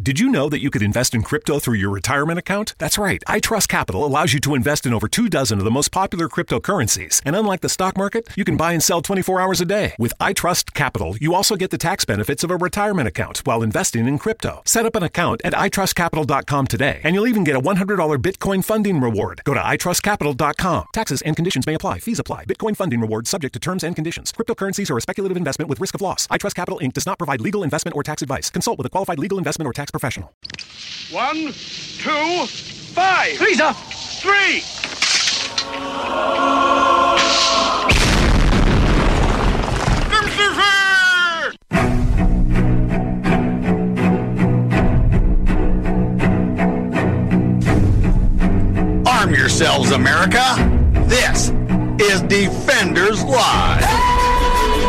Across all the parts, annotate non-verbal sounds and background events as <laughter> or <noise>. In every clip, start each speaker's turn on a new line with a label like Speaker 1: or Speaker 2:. Speaker 1: Did you know that you could invest in crypto through your retirement account? That's right. iTrust Capital allows you to invest in over two dozen of the most popular cryptocurrencies. And unlike the stock market, you can buy and sell 24 hours a day. With iTrust Capital, you also get the tax benefits of a retirement account while investing in crypto. Set up an account at itrustcapital.com today, and you'll even get a $100 Bitcoin funding reward. Go to itrustcapital.com. Taxes and conditions may apply. Fees apply. Bitcoin funding reward subject to terms and conditions. Cryptocurrencies are a speculative investment with risk of loss. iTrust Capital Inc. does not provide legal investment or tax advice. Consult with a qualified legal investment or tax professional.
Speaker 2: One, two, five.
Speaker 3: Please up.
Speaker 2: Three.
Speaker 4: Arm yourselves, America. This is Defenders Live.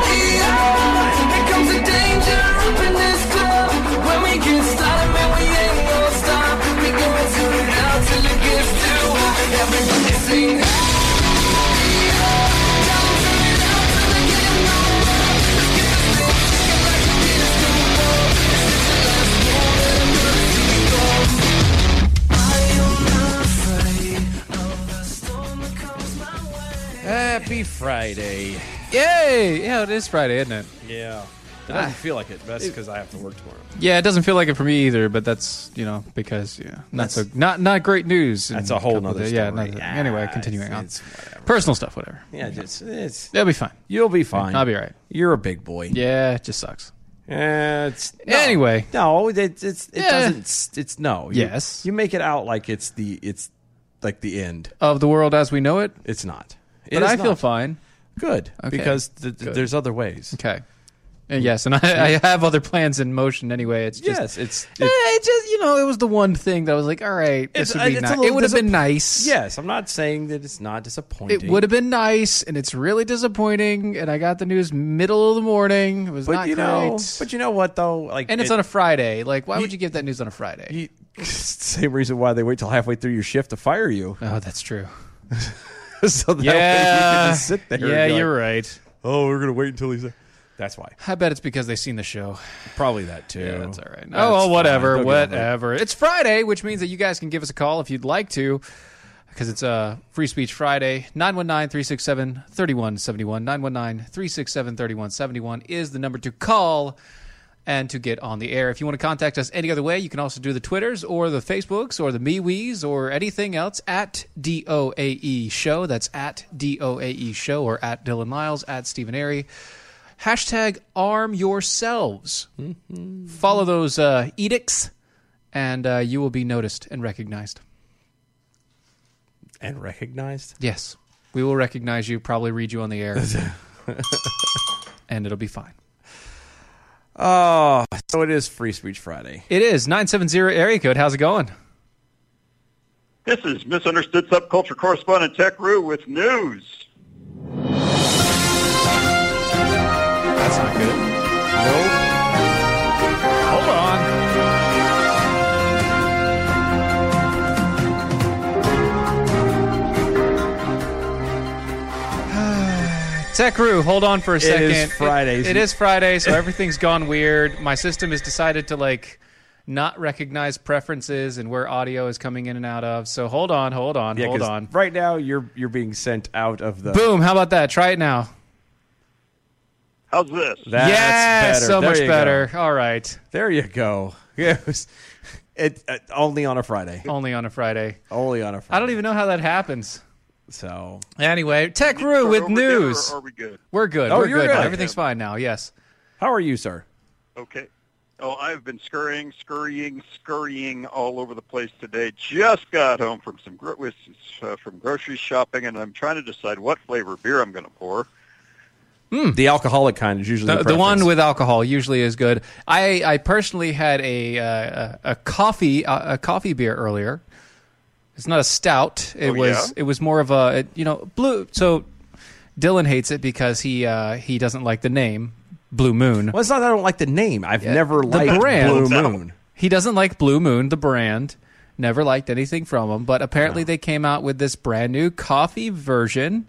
Speaker 5: Happy Friday.
Speaker 6: Yay! Yeah, it is Friday, isn't it?
Speaker 5: Yeah. It doesn't feel like Ah. it, but that's because I have to work tomorrow.
Speaker 6: Yeah, it doesn't feel like it for me either, but that's you know because yeah, not so not not great news. in
Speaker 5: That's a whole
Speaker 6: couple
Speaker 5: nother
Speaker 6: days. Yeah,
Speaker 5: story.
Speaker 6: another-
Speaker 5: Yeah,
Speaker 6: anyway,
Speaker 5: it's-
Speaker 6: continuing on,
Speaker 5: it's whatever.
Speaker 6: personal stuff, whatever.
Speaker 5: Yeah, just it's
Speaker 6: That'll be fine.
Speaker 5: you'll be fine.
Speaker 6: I'll be all right.
Speaker 5: You're a big boy.
Speaker 6: Yeah, it just sucks.
Speaker 5: Yeah. It's no.
Speaker 6: Anyway.
Speaker 5: No, it's it's it
Speaker 6: Yeah.
Speaker 5: doesn't. It's no. You-
Speaker 6: Yes.
Speaker 5: You make it out like it's the it's like the end.
Speaker 6: Of the world as we know it,
Speaker 5: It's not. It
Speaker 6: but
Speaker 5: is
Speaker 6: I feel
Speaker 5: not.
Speaker 6: fine.
Speaker 5: good
Speaker 6: Okay.
Speaker 5: because th- th-
Speaker 6: Good.
Speaker 5: there's other ways.
Speaker 6: Okay. And yes, and I, I have other plans in motion anyway. It's just
Speaker 5: Yes, it's-
Speaker 6: Eh, it just you know it was the one thing that I was like, all right,
Speaker 5: It's-
Speaker 6: this would
Speaker 5: uh,
Speaker 6: be
Speaker 5: it's a
Speaker 6: nice.
Speaker 5: little
Speaker 6: It would have been
Speaker 5: disapp-
Speaker 6: nice.
Speaker 5: Yes, I'm not saying that it's not disappointing.
Speaker 6: It would have been nice, and it's really disappointing. And I got the news middle of the morning. It was
Speaker 5: but
Speaker 6: not
Speaker 5: you
Speaker 6: great.
Speaker 5: know, but you know what though? Like,
Speaker 6: and it's
Speaker 5: it-
Speaker 6: on a Friday. Like, why would you give that news on a Friday? <laughs>
Speaker 5: you- same reason why they wait till halfway through your shift to fire you.
Speaker 6: oh, that's true.
Speaker 5: <laughs> so that way you can
Speaker 6: Yeah,
Speaker 5: just sit there. and
Speaker 6: yeah,
Speaker 5: be like,
Speaker 6: you're right.
Speaker 5: Oh, we're gonna wait until he's. That's why.
Speaker 6: I bet it's because they've seen the show.
Speaker 5: Probably that too.
Speaker 6: Yeah, that's all right.
Speaker 5: That's
Speaker 6: Oh, well,
Speaker 5: fine.
Speaker 6: whatever,
Speaker 5: They'll get over it.
Speaker 6: whatever. It's Friday, which means that you guys can give us a call if you'd like to, because it's uh, Free Speech Friday. 919 367 3171. 919 367 3171 is the number to call and to get on the air. If you want to contact us any other way, you can also do the Twitters or the Facebooks or the MeWe's or anything else at DOAE E Show. That's at DOAE E Show or at Dylan Lyles, at Stephen Airy. Hashtag arm yourselves follow those uh, edicts, and uh, you will be noticed and recognized.
Speaker 5: And recognized.
Speaker 6: Yes, we will recognize you. Probably read you on the air, and it'll be fine.
Speaker 5: Oh, so it is Free Speech Friday.
Speaker 6: It is nine seven zero area code. How's it going?
Speaker 2: This is Misunderstood Subculture Correspondent Tech Rue with news.
Speaker 6: That's not good.
Speaker 5: Nope.
Speaker 6: Hold on. Tech crew, hold on for a second.
Speaker 5: is Friday,
Speaker 6: It-
Speaker 5: isn't
Speaker 6: it
Speaker 5: it?
Speaker 6: is Friday, so everything's gone weird. My system has decided to like not recognize preferences and where audio is coming in and out of. So hold on, hold on,
Speaker 5: Yeah,
Speaker 6: hold
Speaker 5: 'cause
Speaker 6: on.
Speaker 5: Right now, you're you're being sent out of the.
Speaker 6: Boom! How about that? Try it now.
Speaker 2: How's this?
Speaker 5: That's
Speaker 6: yes,
Speaker 5: better.
Speaker 6: so
Speaker 5: There
Speaker 6: much
Speaker 5: you go.
Speaker 6: better. All right,
Speaker 5: There you go. <laughs> Yeah, it was- it, uh, only on a Friday.
Speaker 6: only on a Friday.
Speaker 5: Only on a Friday.
Speaker 6: I don't even know how that happens.
Speaker 5: So
Speaker 6: Anyway, Tech Roo with
Speaker 2: Over there, or
Speaker 6: news.
Speaker 2: Are we good?
Speaker 6: We're good.
Speaker 5: Oh,
Speaker 6: We're
Speaker 5: you're
Speaker 6: good.
Speaker 5: good.
Speaker 6: Everything's fine now. Yes.
Speaker 5: how are you, sir?
Speaker 2: Okay. Oh, I've been scurrying, scurrying, scurrying all over the place today. Just got home from some gro- with, uh, from grocery shopping, and I'm trying to decide what flavor beer I'm going to pour.
Speaker 5: The alcoholic kind is usually
Speaker 6: The,
Speaker 5: the,
Speaker 6: the one
Speaker 5: preference.
Speaker 6: with alcohol usually is good. I, I personally had a uh, a, a coffee uh, a, a coffee beer earlier. It's not a stout. It
Speaker 2: Oh,
Speaker 6: was
Speaker 2: yeah?
Speaker 6: it was more of a it- you know blue. So Dylan hates it because he uh, he doesn't like the name Blue Moon.
Speaker 5: Well, it's not that I don't like the name. I've never liked
Speaker 6: brand.
Speaker 5: Blue
Speaker 2: No.
Speaker 5: Moon.
Speaker 6: He doesn't like Blue Moon, the brand. Never liked anything from them, but apparently they came out with this brand new coffee version.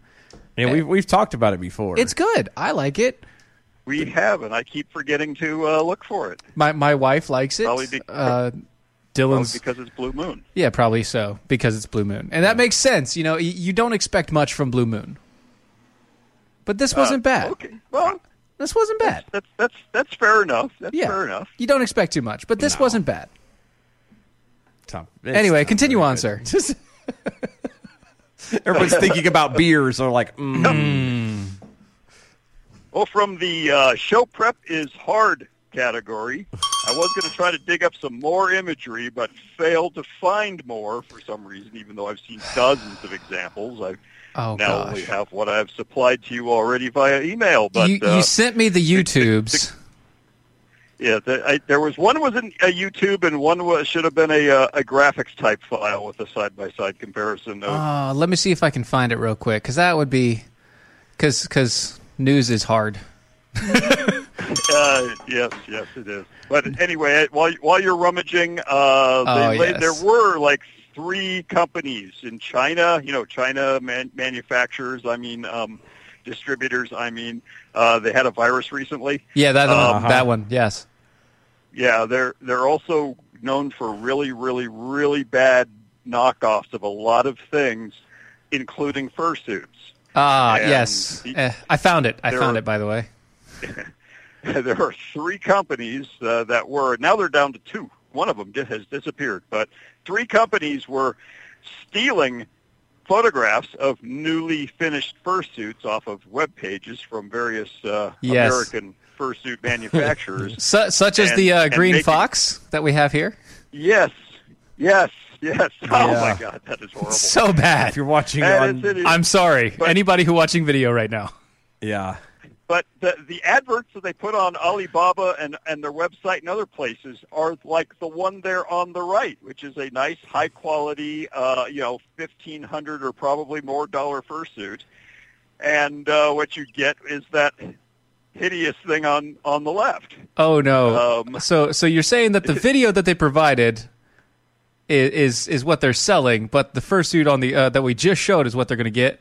Speaker 5: And we've we've talked about it before.
Speaker 6: It's good. I like it.
Speaker 2: We have, and I keep forgetting to uh, look for it.
Speaker 6: My my wife likes it.
Speaker 2: Probably be-
Speaker 6: uh,
Speaker 2: Probably
Speaker 6: Dylan's
Speaker 2: because it's Blue Moon.
Speaker 6: yeah, probably so because it's Blue Moon, and that makes sense. You know, y- you don't expect much from Blue Moon, but this wasn't bad.
Speaker 2: Uh, Okay. Well,
Speaker 6: This wasn't bad.
Speaker 2: that's that's that's fair enough. That's
Speaker 6: Yeah,
Speaker 2: fair enough.
Speaker 6: You don't expect too much, but this wasn't bad.
Speaker 5: Tom,
Speaker 6: Anyway, continue on, sir. <laughs>
Speaker 5: Just everybody's thinking about beers. They're like, mm,
Speaker 2: Well, from the uh, show prep is hard category, I was going to try to dig up some more imagery, but failed to find more for some reason. Even though I've seen dozens of examples, I
Speaker 6: Oh
Speaker 2: now
Speaker 6: gosh.
Speaker 2: only have what I've supplied to you already via email. But
Speaker 6: you,
Speaker 2: uh,
Speaker 6: you sent me the YouTubes.
Speaker 2: Yeah, the, I, there was one was in a YouTube and one was should have been a uh, a graphics type file with a side by side comparison. Of,
Speaker 6: Uh, let me see if I can find it real quick because that would be because because news is hard.
Speaker 2: <laughs> uh, yes, yes, it is. But anyway, uh, while while you're rummaging, uh, they
Speaker 6: Oh,
Speaker 2: laid-
Speaker 6: yes.
Speaker 2: there were like three companies in China. You know, China man, manufacturers. I mean, um, distributors. I mean, uh, they had a virus recently.
Speaker 6: Yeah, that uh,
Speaker 2: Uh-huh.
Speaker 6: that one. Yes.
Speaker 2: Yeah, they're they're also known for really, really, really bad knockoffs of a lot of things, including fursuits.
Speaker 6: Ah,
Speaker 2: And
Speaker 6: yes.
Speaker 2: the-
Speaker 6: Eh, I found it. I
Speaker 2: there
Speaker 6: found
Speaker 2: are-
Speaker 6: it. By the way.
Speaker 2: <laughs> there are three companies uh, that were now they're down to two. One of them di- has disappeared, but three companies were stealing photographs of newly finished fursuits off of web pages from various uh,
Speaker 6: Yes.
Speaker 2: American fursuit manufacturers.
Speaker 6: <laughs> Su- such as
Speaker 2: And-
Speaker 6: the uh,
Speaker 2: and
Speaker 6: green
Speaker 2: making-
Speaker 6: fox that we have here.
Speaker 2: yes, yes, yes. <laughs> Oh
Speaker 5: Yeah.
Speaker 2: my God, that is horrible.
Speaker 6: <laughs> So bad.
Speaker 5: if you're watching
Speaker 2: And
Speaker 5: on,
Speaker 2: it's- it is-
Speaker 6: I'm sorry.
Speaker 2: But-
Speaker 6: Anybody who watching video right now.
Speaker 5: yeah,
Speaker 2: But the, the adverts that they put on Alibaba and, and their website and other places are like the one there on the right, which is a nice, high quality, uh, you know, fifteen hundred or probably more dollar fursuit. And uh, what you get is that hideous thing on on the left.
Speaker 6: Oh no.
Speaker 2: Um,
Speaker 6: so so you're saying
Speaker 2: <laughs>
Speaker 6: that the video that they provided i- is is what they're selling, but the fursuit on the uh, that we just showed is what they're going to get.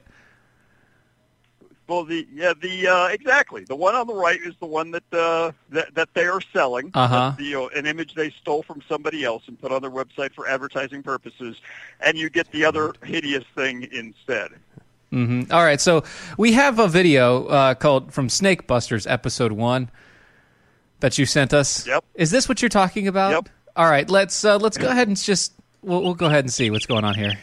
Speaker 2: Well, the yeah, the uh, exactly the one on the right is the one that uh, that, that they are selling.
Speaker 6: Uh-huh.
Speaker 2: That's The, you know, an image they stole from somebody else and put on their website for advertising purposes, and you get the other hideous thing instead.
Speaker 6: Mm-hmm. All right, so we have a video uh, called "From Snake Busters" episode one that you sent us.
Speaker 2: Yep.
Speaker 6: Is this what you're talking about?
Speaker 2: Yep.
Speaker 6: All right, let's uh, let's go ahead and just we'll, we'll go ahead and see what's going on here.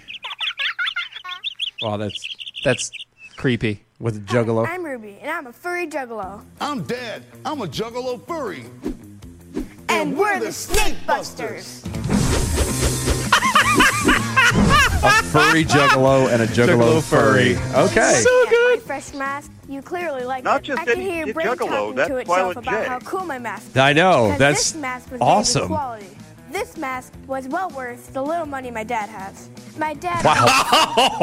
Speaker 5: well, that's
Speaker 6: That's creepy.
Speaker 5: with a juggalo.
Speaker 3: I'm Ruby, and I'm a furry juggalo.
Speaker 7: I'm Dad. I'm a Juggalo furry.
Speaker 3: And, we're the Snake Busters.
Speaker 5: A furry juggalo and a juggalo,
Speaker 6: Juggalo furry.
Speaker 5: Okay,
Speaker 6: So
Speaker 3: Yeah,
Speaker 6: good.
Speaker 3: My fresh mask. You clearly like
Speaker 2: Not
Speaker 3: it.
Speaker 2: just
Speaker 3: I can
Speaker 2: any
Speaker 3: hear your
Speaker 2: kid
Speaker 3: brain
Speaker 2: juggalo,
Speaker 3: talking
Speaker 2: that's
Speaker 3: to itself
Speaker 2: Violent
Speaker 3: about
Speaker 2: J.
Speaker 3: how cool my mask.
Speaker 5: I know,
Speaker 3: 'Cause
Speaker 5: that's
Speaker 3: this mask was
Speaker 5: awesome.
Speaker 3: Made with quality. This mask was well worth the little money my dad has. My dad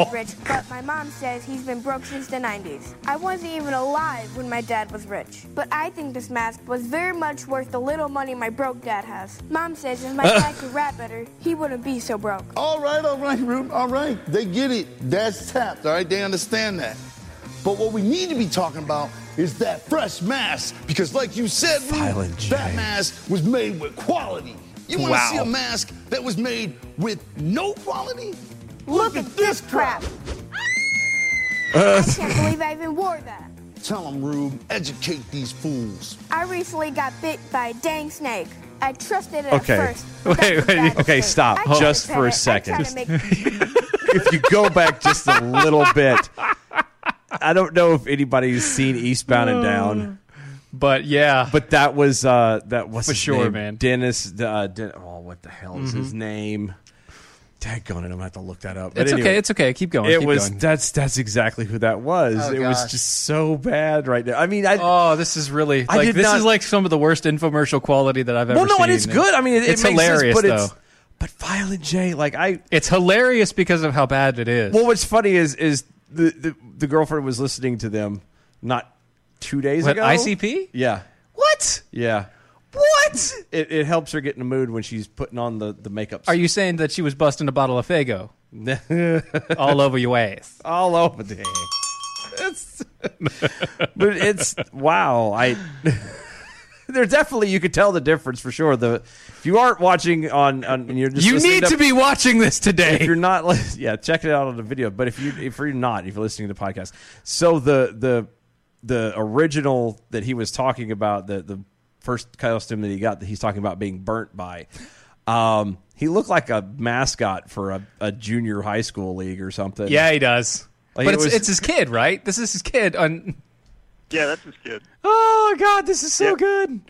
Speaker 5: <laughs>
Speaker 3: is rich, but my mom says he's been broke since the 90s. I wasn't even alive when my dad was rich, but I think this mask was very much worth the little money my broke dad has. Mom
Speaker 5: <laughs>
Speaker 3: says if my dad could rap better, he wouldn't be so broke.
Speaker 7: All right, all right, Rube. All right. They get it. That's tapped. All right. They understand that. But what we need to be talking about is that fresh mask. Because, like you said, Rube,
Speaker 5: Violent J.
Speaker 7: that mask was made with quality. You want to
Speaker 5: Wow.
Speaker 7: see a mask that was made with no quality?
Speaker 3: Look at this crap! I can't believe I even wore that.
Speaker 7: Tell them, Rube. Educate these fools.
Speaker 3: I recently got bit by a dang snake. I trusted it
Speaker 5: Okay. <laughs>
Speaker 3: at first. but that
Speaker 6: Wait,
Speaker 3: was
Speaker 6: wait,
Speaker 3: a bad
Speaker 5: okay,
Speaker 3: mistake.
Speaker 5: stop.
Speaker 3: I tried
Speaker 5: Just
Speaker 3: to
Speaker 5: for a
Speaker 3: pet it. I tried
Speaker 5: <laughs>
Speaker 3: to
Speaker 5: second.
Speaker 3: make-
Speaker 5: if you go back just a little bit, I don't know if anybody's seen Eastbound and Down,
Speaker 6: <sighs> But yeah,
Speaker 5: but that was uh that was
Speaker 6: For sure, man. Mm-hmm.
Speaker 5: Dennis, uh, Den- oh, what the hell is his name? Daggone it, I'm gonna have to look that up. But
Speaker 6: it's
Speaker 5: anyway.
Speaker 6: okay. It's okay. Keep going.
Speaker 5: it
Speaker 6: keep
Speaker 5: was
Speaker 6: going.
Speaker 5: that's that's exactly who that was.
Speaker 6: Oh,
Speaker 5: it was
Speaker 6: gosh.
Speaker 5: just so bad right now. I mean, I
Speaker 6: Oh, this is really
Speaker 5: I
Speaker 6: like
Speaker 5: did
Speaker 6: this
Speaker 5: not-
Speaker 6: is like some of the worst infomercial quality that I've ever
Speaker 5: well,
Speaker 6: seen.
Speaker 5: no, and it's good. I mean, it, it
Speaker 6: it's
Speaker 5: makes sense,
Speaker 6: hilarious
Speaker 5: but
Speaker 6: though.
Speaker 5: it's but Violent J, like I.
Speaker 6: It's hilarious because of how bad it is.
Speaker 5: Well, what's funny is is the the, the girlfriend was listening to them not two days
Speaker 6: What,
Speaker 5: ago.
Speaker 6: ICP?
Speaker 5: Yeah,
Speaker 6: What?
Speaker 5: yeah. What? It, it helps her get in the mood when she's putting on the the makeup.
Speaker 6: Are you saying that she was busting a bottle <laughs>
Speaker 5: <laughs>
Speaker 6: of Fago all over your ass?
Speaker 5: all over the? It's <laughs> but it's wow. I <laughs> there definitely you could tell the difference for sure. The if you aren't watching on on and you're just
Speaker 6: You
Speaker 5: listening
Speaker 6: need to be watching this today.
Speaker 5: if you're not lis- <laughs> yeah check it out on the video but if you if you're not if you're listening to the podcast so the the the original that he was talking about the the first costume that he got that he's talking about being burnt by um he looked like a mascot for a, a junior high school league or something
Speaker 6: yeah, he does.
Speaker 5: Like,
Speaker 6: but
Speaker 5: it
Speaker 6: it's,
Speaker 5: was-
Speaker 6: it's his kid, right? This is his kid. On
Speaker 2: Yeah, that's his kid.
Speaker 5: oh god this is so
Speaker 2: Yeah.
Speaker 5: good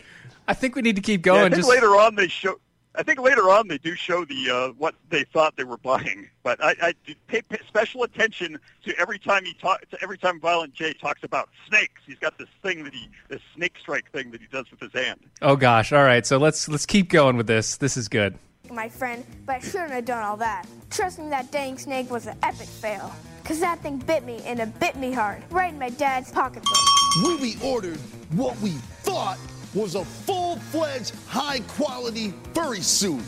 Speaker 6: I think we need to keep
Speaker 2: Yeah, I
Speaker 6: going.
Speaker 2: think
Speaker 6: just
Speaker 2: later on they show. I think later on they do show the uh, what they thought they were buying, but I, I did pay, pay special attention to every time he talk, to every time Violent J talks about snakes. He's got this thing that he, this snake strike thing that he does with his hand.
Speaker 6: Oh gosh. All right. So let's let's keep going with this. This is good.
Speaker 3: my friend, but I shouldn't have done all that. Trusting that dang snake was an epic fail. Cause that thing bit me and it bit me hard, right in my dad's pocketbook.
Speaker 7: Ruby ordered what we thought was a full-fledged, high-quality furry suit.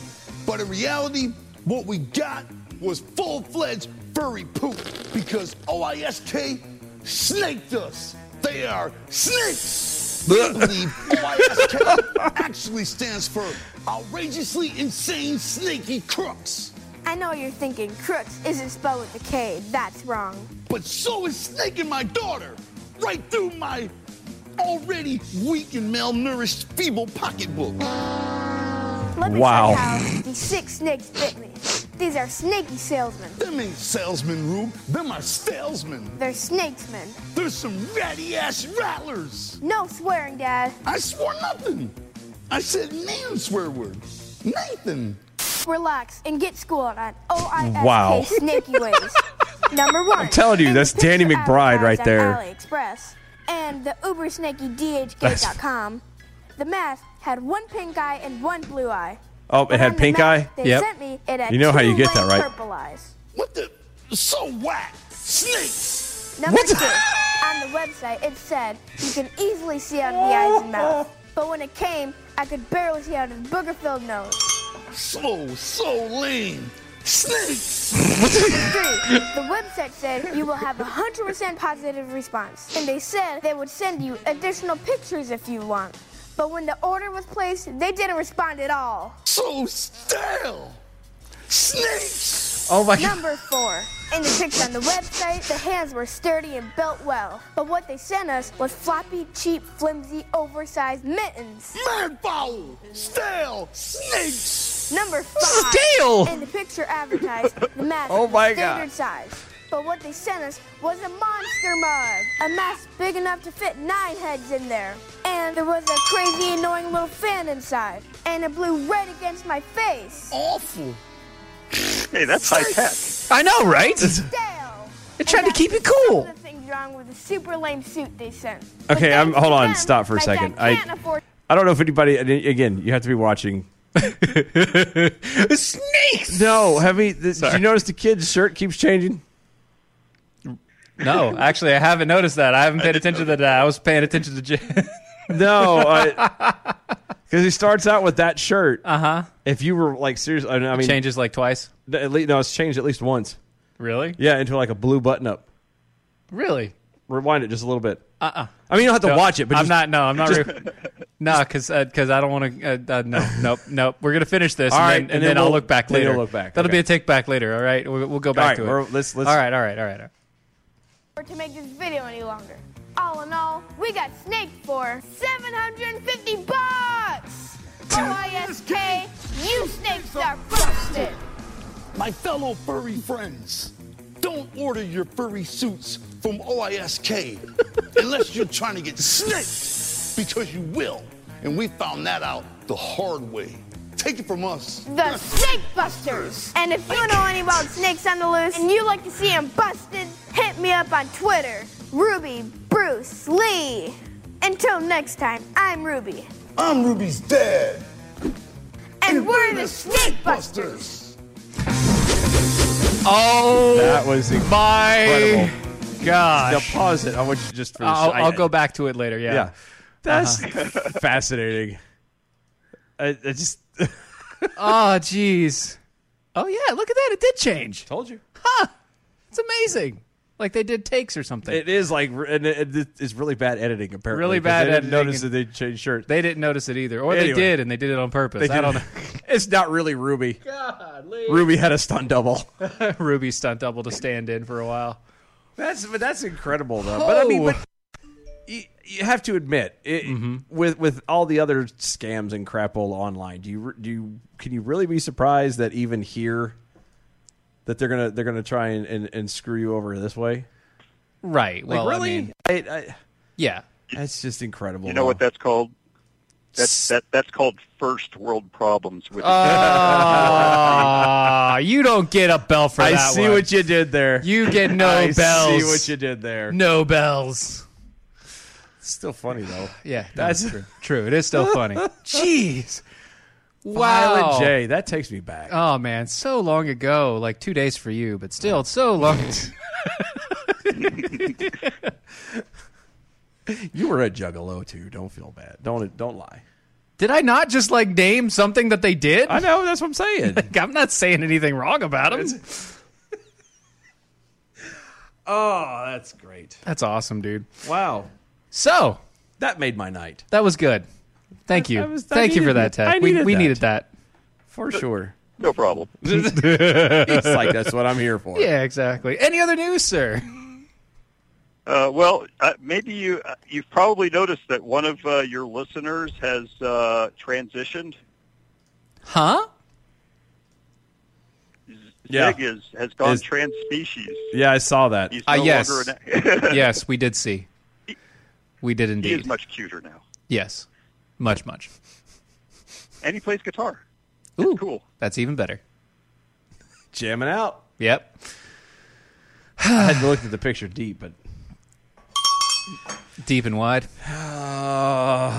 Speaker 7: But in reality, what we got was full-fledged furry poop because OISK snaked us. They are snakes. We believe OISK actually stands for outrageously insane snaky crooks.
Speaker 3: I know you're thinking crooks isn't spelled with a K, that's wrong.
Speaker 7: but so is snaking my daughter right through my already weak and malnourished, feeble pocketbook.
Speaker 3: Let me
Speaker 5: Wow.
Speaker 3: tell you how these six snakes bit me. These are snaky salesmen.
Speaker 7: Them ain't salesmen, Rube. Them are salesmen.
Speaker 3: They're snakesmen.
Speaker 7: There's some ratty ass rattlers.
Speaker 3: No swearing, Dad.
Speaker 7: I swore nothing. I said name swear word. Nathan.
Speaker 3: Relax and get schooled on OISK
Speaker 5: Wow. <laughs>
Speaker 3: snaky ways. Number one. I'm
Speaker 5: telling you, that's Danny McBride right there.
Speaker 3: AliExpress and the uber snaky DHgate.com. The mask had one pink eye and one blue eye.
Speaker 5: oh it
Speaker 3: But on
Speaker 5: had
Speaker 3: the
Speaker 5: pink
Speaker 3: map
Speaker 5: eye
Speaker 3: They
Speaker 6: Yep.
Speaker 3: sent me, it had
Speaker 5: You know how you
Speaker 3: two
Speaker 5: get that,
Speaker 3: light
Speaker 5: right?
Speaker 3: Purple eyes.
Speaker 7: What the? So whack. Snakes.
Speaker 3: Number
Speaker 5: What the-
Speaker 7: <laughs>
Speaker 3: two, on the website, it said you can easily see out of the eyes and mouth. But when it came, I could barely see out of the booger-filled nose.
Speaker 7: So, so lame. Snakes.
Speaker 3: Three, the website said you will have a 100% positive response. And they said they would send you additional pictures if you want. But when the order was placed, they didn't respond at all.
Speaker 7: So stale. Snakes.
Speaker 6: Oh my <laughs> god.
Speaker 3: Number four. In the picture on the website, the hands were sturdy and built well. But what they sent us was floppy, cheap, flimsy, oversized mittens.
Speaker 7: Mad foul. Stale. Snakes.
Speaker 3: Number five.
Speaker 6: Stale!
Speaker 3: In the picture advertised, the mask
Speaker 5: Oh
Speaker 3: was
Speaker 5: my
Speaker 3: standard
Speaker 5: God.
Speaker 3: size. But what they sent us was a monster mug. A mask big enough to fit nine heads in there. And there was a crazy, annoying little fan inside. And it blew right against my face.
Speaker 7: Awful.
Speaker 2: Hey, that's high tech.
Speaker 6: I know, right?
Speaker 3: Stale.
Speaker 6: It tried to
Speaker 3: And
Speaker 6: keep
Speaker 3: that's
Speaker 6: it cool.
Speaker 3: some of the things wrong with the super lame suit they sent.
Speaker 5: Okay, I'm- hold on, stop for a
Speaker 3: a
Speaker 5: second. I- i don't know if anybody and again you have to be watching
Speaker 6: Snakes.
Speaker 5: no heavy this, did
Speaker 6: Sorry.
Speaker 5: you notice the kid's shirt keeps changing
Speaker 2: <laughs>
Speaker 6: No, actually, I haven't noticed that. I haven't paid attention to that. I was paying attention to J-
Speaker 5: No,
Speaker 6: <laughs>
Speaker 5: because he starts out with that shirt. Uh huh. If you were like serious, I mean,
Speaker 6: Uh-huh. changes like twice.
Speaker 5: th- At least, no, it's changed at least once.
Speaker 6: Really?
Speaker 5: Yeah, into like a blue button up.
Speaker 6: Really?
Speaker 5: Rewind it just a little bit. Uh uh I mean, you don't have to watch it, but
Speaker 6: I'm
Speaker 5: just-
Speaker 6: not. Uh-uh. No, I'm not. Re- <laughs> no, because I don't want to. Uh, uh, no, nope, nope. We're gonna finish this,
Speaker 5: All
Speaker 6: and
Speaker 5: right,
Speaker 6: then, and then, I'll
Speaker 5: we'll-
Speaker 6: look back
Speaker 5: then
Speaker 6: later.
Speaker 5: you'll look back,
Speaker 6: That'll
Speaker 5: okay.
Speaker 6: be a take back later. All right, we'll, we'll go back
Speaker 5: right,
Speaker 6: to
Speaker 5: we're-
Speaker 6: it.
Speaker 5: let's- let's-
Speaker 6: all right, all right, all right. all right.
Speaker 3: Or to make this video any longer. All in all, we got Snake for 750 bucks! OISK, you snakes are busted!
Speaker 7: My fellow furry friends, don't order your furry suits from OISK <laughs> unless you're trying to get snaked, because you will. And we found that out the hard way. Take it from us.
Speaker 3: The Snake Busters! And if you know any wild snakes on the loose and you like to see them busted, hit me up on Twitter, Ruby Bruce Lee. Until next time, I'm Ruby,
Speaker 7: I'm Ruby's dad.
Speaker 3: and we're the Snake Busters!
Speaker 6: Oh
Speaker 5: That was
Speaker 6: my
Speaker 5: incredible. Now
Speaker 6: gosh!
Speaker 5: pause it. I want you to just. For
Speaker 6: I'll,
Speaker 5: I-
Speaker 6: I'll go back to it later. Yeah. Uh-huh.
Speaker 5: Yeah, that's <laughs> fascinating. I, I just <laughs>
Speaker 6: Oh, jeez. Oh yeah, look at that. It did change.
Speaker 5: told you.
Speaker 6: It's amazing. Like they did takes or something.
Speaker 5: It is like, and it, it- it's really bad editing. Apparently,
Speaker 6: Really
Speaker 5: 'cause
Speaker 6: bad
Speaker 5: They didn't
Speaker 6: editing
Speaker 5: notice that
Speaker 6: and-
Speaker 5: they changed shirts.
Speaker 6: they didn't notice it either, or they
Speaker 5: Anyway.
Speaker 6: did and they did it on purpose. I don't know.
Speaker 5: <laughs> it's not really Ruby. Ruby had a stunt double.
Speaker 6: <laughs> Ruby stunt double to stand in for a while.
Speaker 5: That's but that's incredible though. But I mean,
Speaker 6: Oh.
Speaker 5: but you, you have to admit, it,
Speaker 6: Mm-hmm.
Speaker 5: with with all the other scams and crapple online, do you re- do you, can you really be surprised that even here that they're gonna they're gonna try and, and, and screw you over this way?
Speaker 6: Right.
Speaker 5: Like
Speaker 6: well, I
Speaker 5: really?
Speaker 6: mean,
Speaker 5: I, I,
Speaker 6: yeah.
Speaker 5: that's just incredible.
Speaker 2: You know what
Speaker 5: though.
Speaker 2: that's called? That's that that's called first world problems with
Speaker 5: Uh.
Speaker 6: Ah, you don't get a bell for
Speaker 5: I
Speaker 6: that
Speaker 5: see
Speaker 6: one.
Speaker 5: what you did there.
Speaker 6: You get no
Speaker 5: I
Speaker 6: bells.
Speaker 5: see what you did there.
Speaker 6: No bells.
Speaker 5: <laughs> It's still funny though.
Speaker 6: Yeah, no,
Speaker 5: That's-
Speaker 6: true. True. It is still <laughs> funny.
Speaker 5: Jeez,
Speaker 6: wow.
Speaker 5: Violent J, that takes me back.
Speaker 6: Oh man, so long ago. Like two days for you, but still, it's so
Speaker 5: <laughs>
Speaker 6: long.
Speaker 5: you were a juggalo too. Don't feel bad. Don't don't lie.
Speaker 6: did I not just like name something that they did?
Speaker 5: I know. That's what I'm
Speaker 6: <laughs>
Speaker 5: saying.
Speaker 6: Like, I'm not saying anything wrong about them.
Speaker 5: Oh, that's great.
Speaker 6: That's awesome, dude.
Speaker 5: Wow.
Speaker 6: So
Speaker 5: That made my night.
Speaker 6: that was good. Thank you.
Speaker 5: I was- I
Speaker 6: Thank you for
Speaker 5: needed
Speaker 6: that,
Speaker 5: it.
Speaker 6: Ted.
Speaker 5: I
Speaker 6: we
Speaker 5: needed
Speaker 6: we
Speaker 5: that.
Speaker 6: needed that. <laughs>
Speaker 5: For <laughs> sure.
Speaker 2: <laughs> no problem.
Speaker 5: It's
Speaker 2: <laughs>
Speaker 5: like that's what I'm here for.
Speaker 6: Yeah, exactly. Any other news, sir?
Speaker 2: Uh, well, uh, maybe you uh, you've probably noticed that one of uh, your listeners has uh, transitioned.
Speaker 6: Huh?
Speaker 5: Yeah.
Speaker 2: Zig is, has gone
Speaker 5: Is-
Speaker 2: trans species.
Speaker 5: Yeah, I saw that.
Speaker 2: He's
Speaker 6: Ah,
Speaker 2: no
Speaker 6: yes. <laughs>
Speaker 2: longer <laughs> an,
Speaker 6: yes, we did see. We did
Speaker 2: he is
Speaker 6: indeed.
Speaker 2: much cuter now,
Speaker 6: yes, much much.
Speaker 2: and he plays guitar.
Speaker 6: Ooh,
Speaker 2: cool.
Speaker 6: That's even better.
Speaker 5: Jamming out.
Speaker 6: Yep.
Speaker 5: I hadn't looked at the picture deep, but
Speaker 6: <sighs> Deep and wide.
Speaker 5: Uh,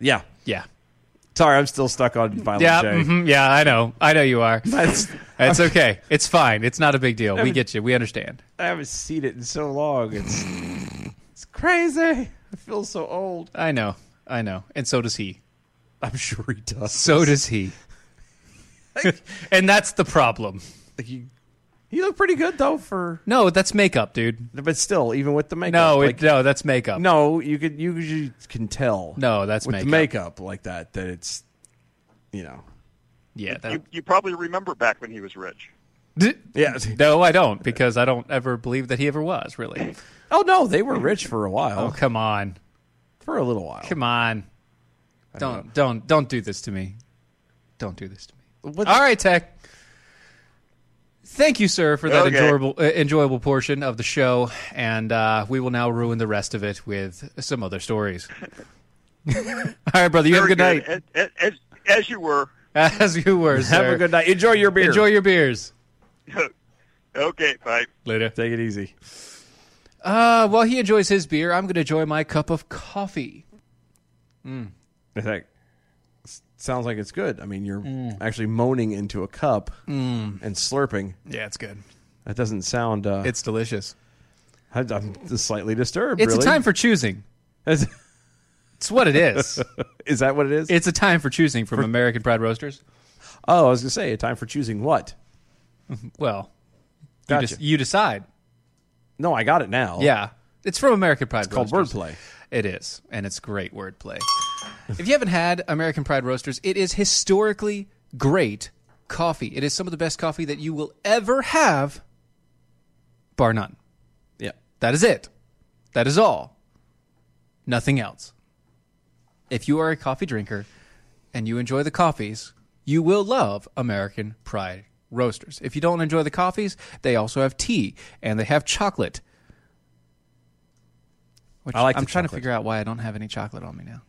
Speaker 5: yeah.
Speaker 6: Yeah.
Speaker 5: Sorry, I'm still stuck on Violent
Speaker 6: Yeah.
Speaker 5: J.
Speaker 6: mhm, yeah. I know. I know you are.
Speaker 5: That's-
Speaker 6: It's okay. It's fine. It's not a big deal. We
Speaker 5: mean-
Speaker 6: get you. We understand.
Speaker 5: I haven't seen it in so long. It's it's crazy. I feel so old.
Speaker 6: I know. I know. And so does he.
Speaker 5: I'm sure he does.
Speaker 6: So does
Speaker 5: <laughs>
Speaker 6: he. and that's the problem.
Speaker 5: Like, you, you look pretty good though for
Speaker 6: No, that's makeup, dude.
Speaker 5: but still, even with the makeup.
Speaker 6: No,
Speaker 5: like,
Speaker 6: it, no, that's makeup.
Speaker 5: No, you could you, you can tell.
Speaker 6: No, that's
Speaker 5: with the makeup like that that it's you know.
Speaker 6: Yeah. That,
Speaker 2: You, you probably remember back when he was
Speaker 6: <laughs>
Speaker 2: rich.
Speaker 5: Yeah. <laughs>
Speaker 6: No, I don't, because I don't ever believe that he ever was, really.
Speaker 5: Oh no, they were rich for a while.
Speaker 6: Oh, come on.
Speaker 5: For a little while.
Speaker 6: Come on. Don't don't don't do this to me. Don't do this to me.
Speaker 5: What-
Speaker 6: All right, Tech. Thank you, sir, for that
Speaker 2: Okay.
Speaker 6: enjoyable uh, enjoyable portion of the show, and uh, we will now ruin the rest of it with some other
Speaker 5: <laughs>
Speaker 6: stories. All right, brother. You have a
Speaker 2: Very
Speaker 6: good night.
Speaker 2: As, as- as, as you were.
Speaker 6: <laughs> As you were, sir.
Speaker 5: Have a good night. Enjoy your beer.
Speaker 6: Enjoy your beers.
Speaker 2: okay, bye.
Speaker 6: Later.
Speaker 5: Take it easy.
Speaker 6: Uh, while he enjoys his beer, I'm going to enjoy my cup of coffee.
Speaker 5: Mm. I think. S- Sounds like it's good. I mean, you're
Speaker 6: Mm.
Speaker 5: actually moaning into a cup and slurping.
Speaker 6: Yeah, it's good.
Speaker 5: That doesn't sound. Uh,
Speaker 6: Mm. It's delicious.
Speaker 5: I, am slightly disturbed.
Speaker 6: It's
Speaker 5: really.
Speaker 6: a time for choosing.
Speaker 5: <laughs> Is,
Speaker 6: It's what it is.
Speaker 5: <laughs> is that what it is?
Speaker 6: it's a time for choosing from American Pride Roasters.
Speaker 5: oh, I was gonna say a time for choosing what.
Speaker 6: <laughs> Well,
Speaker 5: Gotcha.
Speaker 6: you, des- you decide.
Speaker 5: no, I got it now.
Speaker 6: Yeah. It's from American Pride
Speaker 5: called
Speaker 6: Roasters.
Speaker 5: wordplay.
Speaker 6: It is, and it's great wordplay. if you haven't had American Pride Roasters, it is historically great coffee. It is some of the best coffee that you will ever have, bar none.
Speaker 5: Yeah.
Speaker 6: That is it. That is all. Nothing else. If you are a coffee drinker and you enjoy the coffees, you will love American Pride Roasters. If you don't enjoy the coffees, they also have tea and they have chocolate. Which
Speaker 5: I like
Speaker 6: I'm
Speaker 5: the
Speaker 6: trying to
Speaker 5: chocolate.
Speaker 6: figure out why I don't have any chocolate on me now.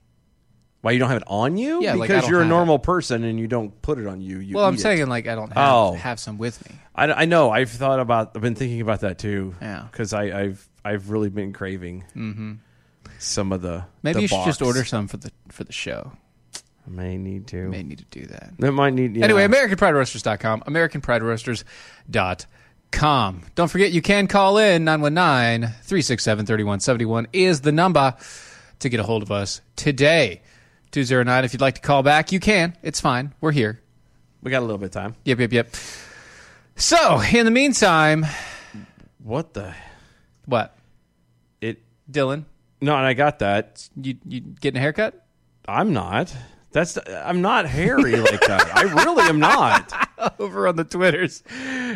Speaker 5: Why you don't have it on you?
Speaker 6: Yeah, like, I
Speaker 5: because
Speaker 6: don't
Speaker 5: you're a
Speaker 6: have
Speaker 5: normal person and you don't put it on you. you
Speaker 6: Well, I'm
Speaker 5: eat it.
Speaker 6: saying like I don't have,
Speaker 5: Oh.
Speaker 6: have some with me.
Speaker 5: I, I know. I've thought about. I've been thinking about that too.
Speaker 6: Yeah. Mm-hmm.
Speaker 5: Because I I've I've really been craving some of the.
Speaker 6: Maybe
Speaker 5: the
Speaker 6: you should just
Speaker 5: box.
Speaker 6: order some for the for the show.
Speaker 5: I may need to.
Speaker 6: May need to do that.
Speaker 5: That might need. Yeah.
Speaker 6: Anyway, AmericanPrideRoasters.com, AmericanPrideRoasters.com. Don't forget, you can call in 919 367 3171 is the number to get a hold of us today. 209, if you'd like to call back, you can. It's fine. We're here.
Speaker 5: we got a little bit of time.
Speaker 6: Yep, yep, yep. So, in the meantime,
Speaker 5: What the?
Speaker 6: what?
Speaker 5: It.
Speaker 6: Dylan,
Speaker 5: No, and I got that.
Speaker 6: you you getting a haircut?
Speaker 5: I'm not. That's. I'm not hairy like that. I really am not.
Speaker 6: <laughs> Over on the Twitters.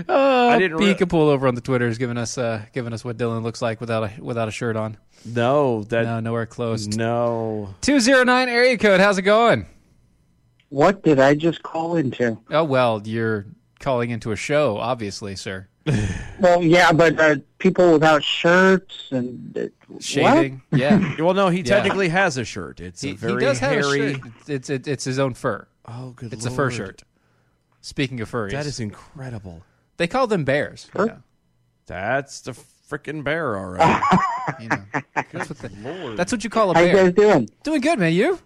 Speaker 6: Oh, I
Speaker 5: didn't
Speaker 6: didn't
Speaker 5: re-
Speaker 6: Pika Pool over on the Twitters giving us uh, giving us what Dylan looks like without a without a shirt on.
Speaker 5: No. That.
Speaker 6: No, nowhere close.
Speaker 5: no.
Speaker 6: 209 area code. How's it going?
Speaker 8: What did I just call into?
Speaker 6: Oh, well, you're calling into a show, obviously, sir.
Speaker 8: Well, yeah, but uh, people without shirts and uh,
Speaker 6: Shaving. Yeah.
Speaker 5: <laughs> Well, no. He technically has a shirt. It's
Speaker 6: he,
Speaker 5: a
Speaker 6: he
Speaker 5: very
Speaker 6: does have
Speaker 5: hairy.
Speaker 6: a shirt. It's, it's, it's his own fur.
Speaker 5: Oh, good.
Speaker 6: It's a fur
Speaker 5: Lord.
Speaker 6: shirt. Speaking of furries,
Speaker 5: That is incredible.
Speaker 6: they call them bears. you know,
Speaker 5: That's the freaking bear, all right.
Speaker 6: <laughs> you know. That's, what the- that's what you call a
Speaker 8: How you
Speaker 6: bear.
Speaker 8: guys doing?
Speaker 6: Doing good, man. You?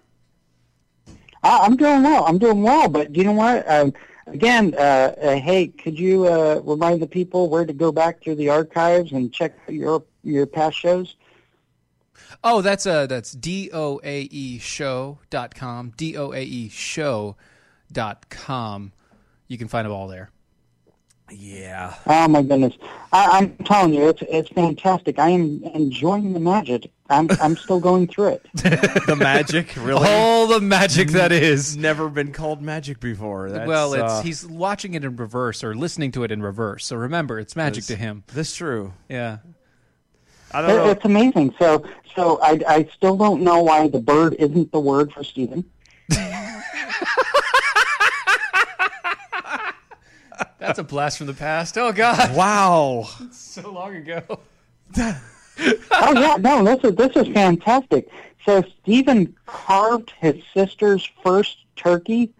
Speaker 8: I, I'm doing well. I'm doing well. But you know what? Um, again, uh, uh, hey, could you uh, remind the people where to go back through the archives and check your your past shows?
Speaker 6: Oh, that's uh that's doae show.com. doae show.com. You can find them all there.
Speaker 5: yeah.
Speaker 8: Oh my goodness! I, I'm telling you, it's it's fantastic. I am enjoying the magic. I'm I'm still going through it.
Speaker 5: The
Speaker 6: <laughs>
Speaker 5: magic, really?
Speaker 6: All the magic that is.
Speaker 5: Never been called magic before. That's,
Speaker 6: well, it's
Speaker 5: uh,
Speaker 6: he's watching it in reverse or listening to it in reverse. So remember, it's magic to him.
Speaker 5: That's true.
Speaker 6: Yeah.
Speaker 5: I don't
Speaker 8: It,
Speaker 5: know.
Speaker 8: it's amazing. So so I I still don't know why the bird isn't the word for Stephen.
Speaker 6: <laughs> That's a blast from the past. Oh god, <laughs> Oh.
Speaker 5: Wow.
Speaker 6: so long ago.
Speaker 8: Oh yeah, no, this is this is fantastic. So Stephen carved his sister's first turkey.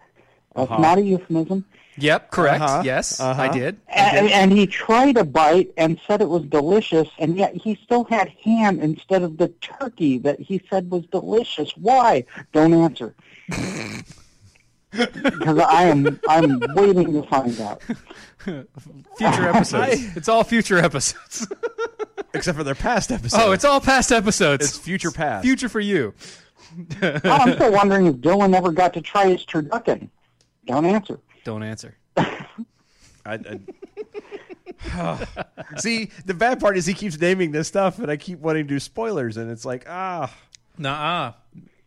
Speaker 8: That's not a euphemism.
Speaker 6: Yep, correct.
Speaker 5: Uh-huh.
Speaker 6: Yes,
Speaker 5: Uh-huh.
Speaker 6: I did.
Speaker 8: And, and he tried a bite and said it was delicious, and yet he still had ham instead of the turkey that he said was delicious. Why? Don't
Speaker 6: <laughs>
Speaker 8: answer. Because I am I'm waiting to find out.
Speaker 5: <laughs>
Speaker 8: <laughs>
Speaker 6: Future episodes. it's all future episodes.
Speaker 5: Except for their past episode.
Speaker 6: oh, it's all past episodes.
Speaker 5: It's future past.
Speaker 6: future
Speaker 8: <laughs>
Speaker 6: for you.
Speaker 8: Oh, I'm still wondering if Dylan ever got to try his turducken. Don't answer.
Speaker 6: Don't answer.
Speaker 5: I, I- <sighs> See, the bad part is he keeps naming this stuff, and I keep wanting to do spoilers, and it's like, ah,
Speaker 6: Nah.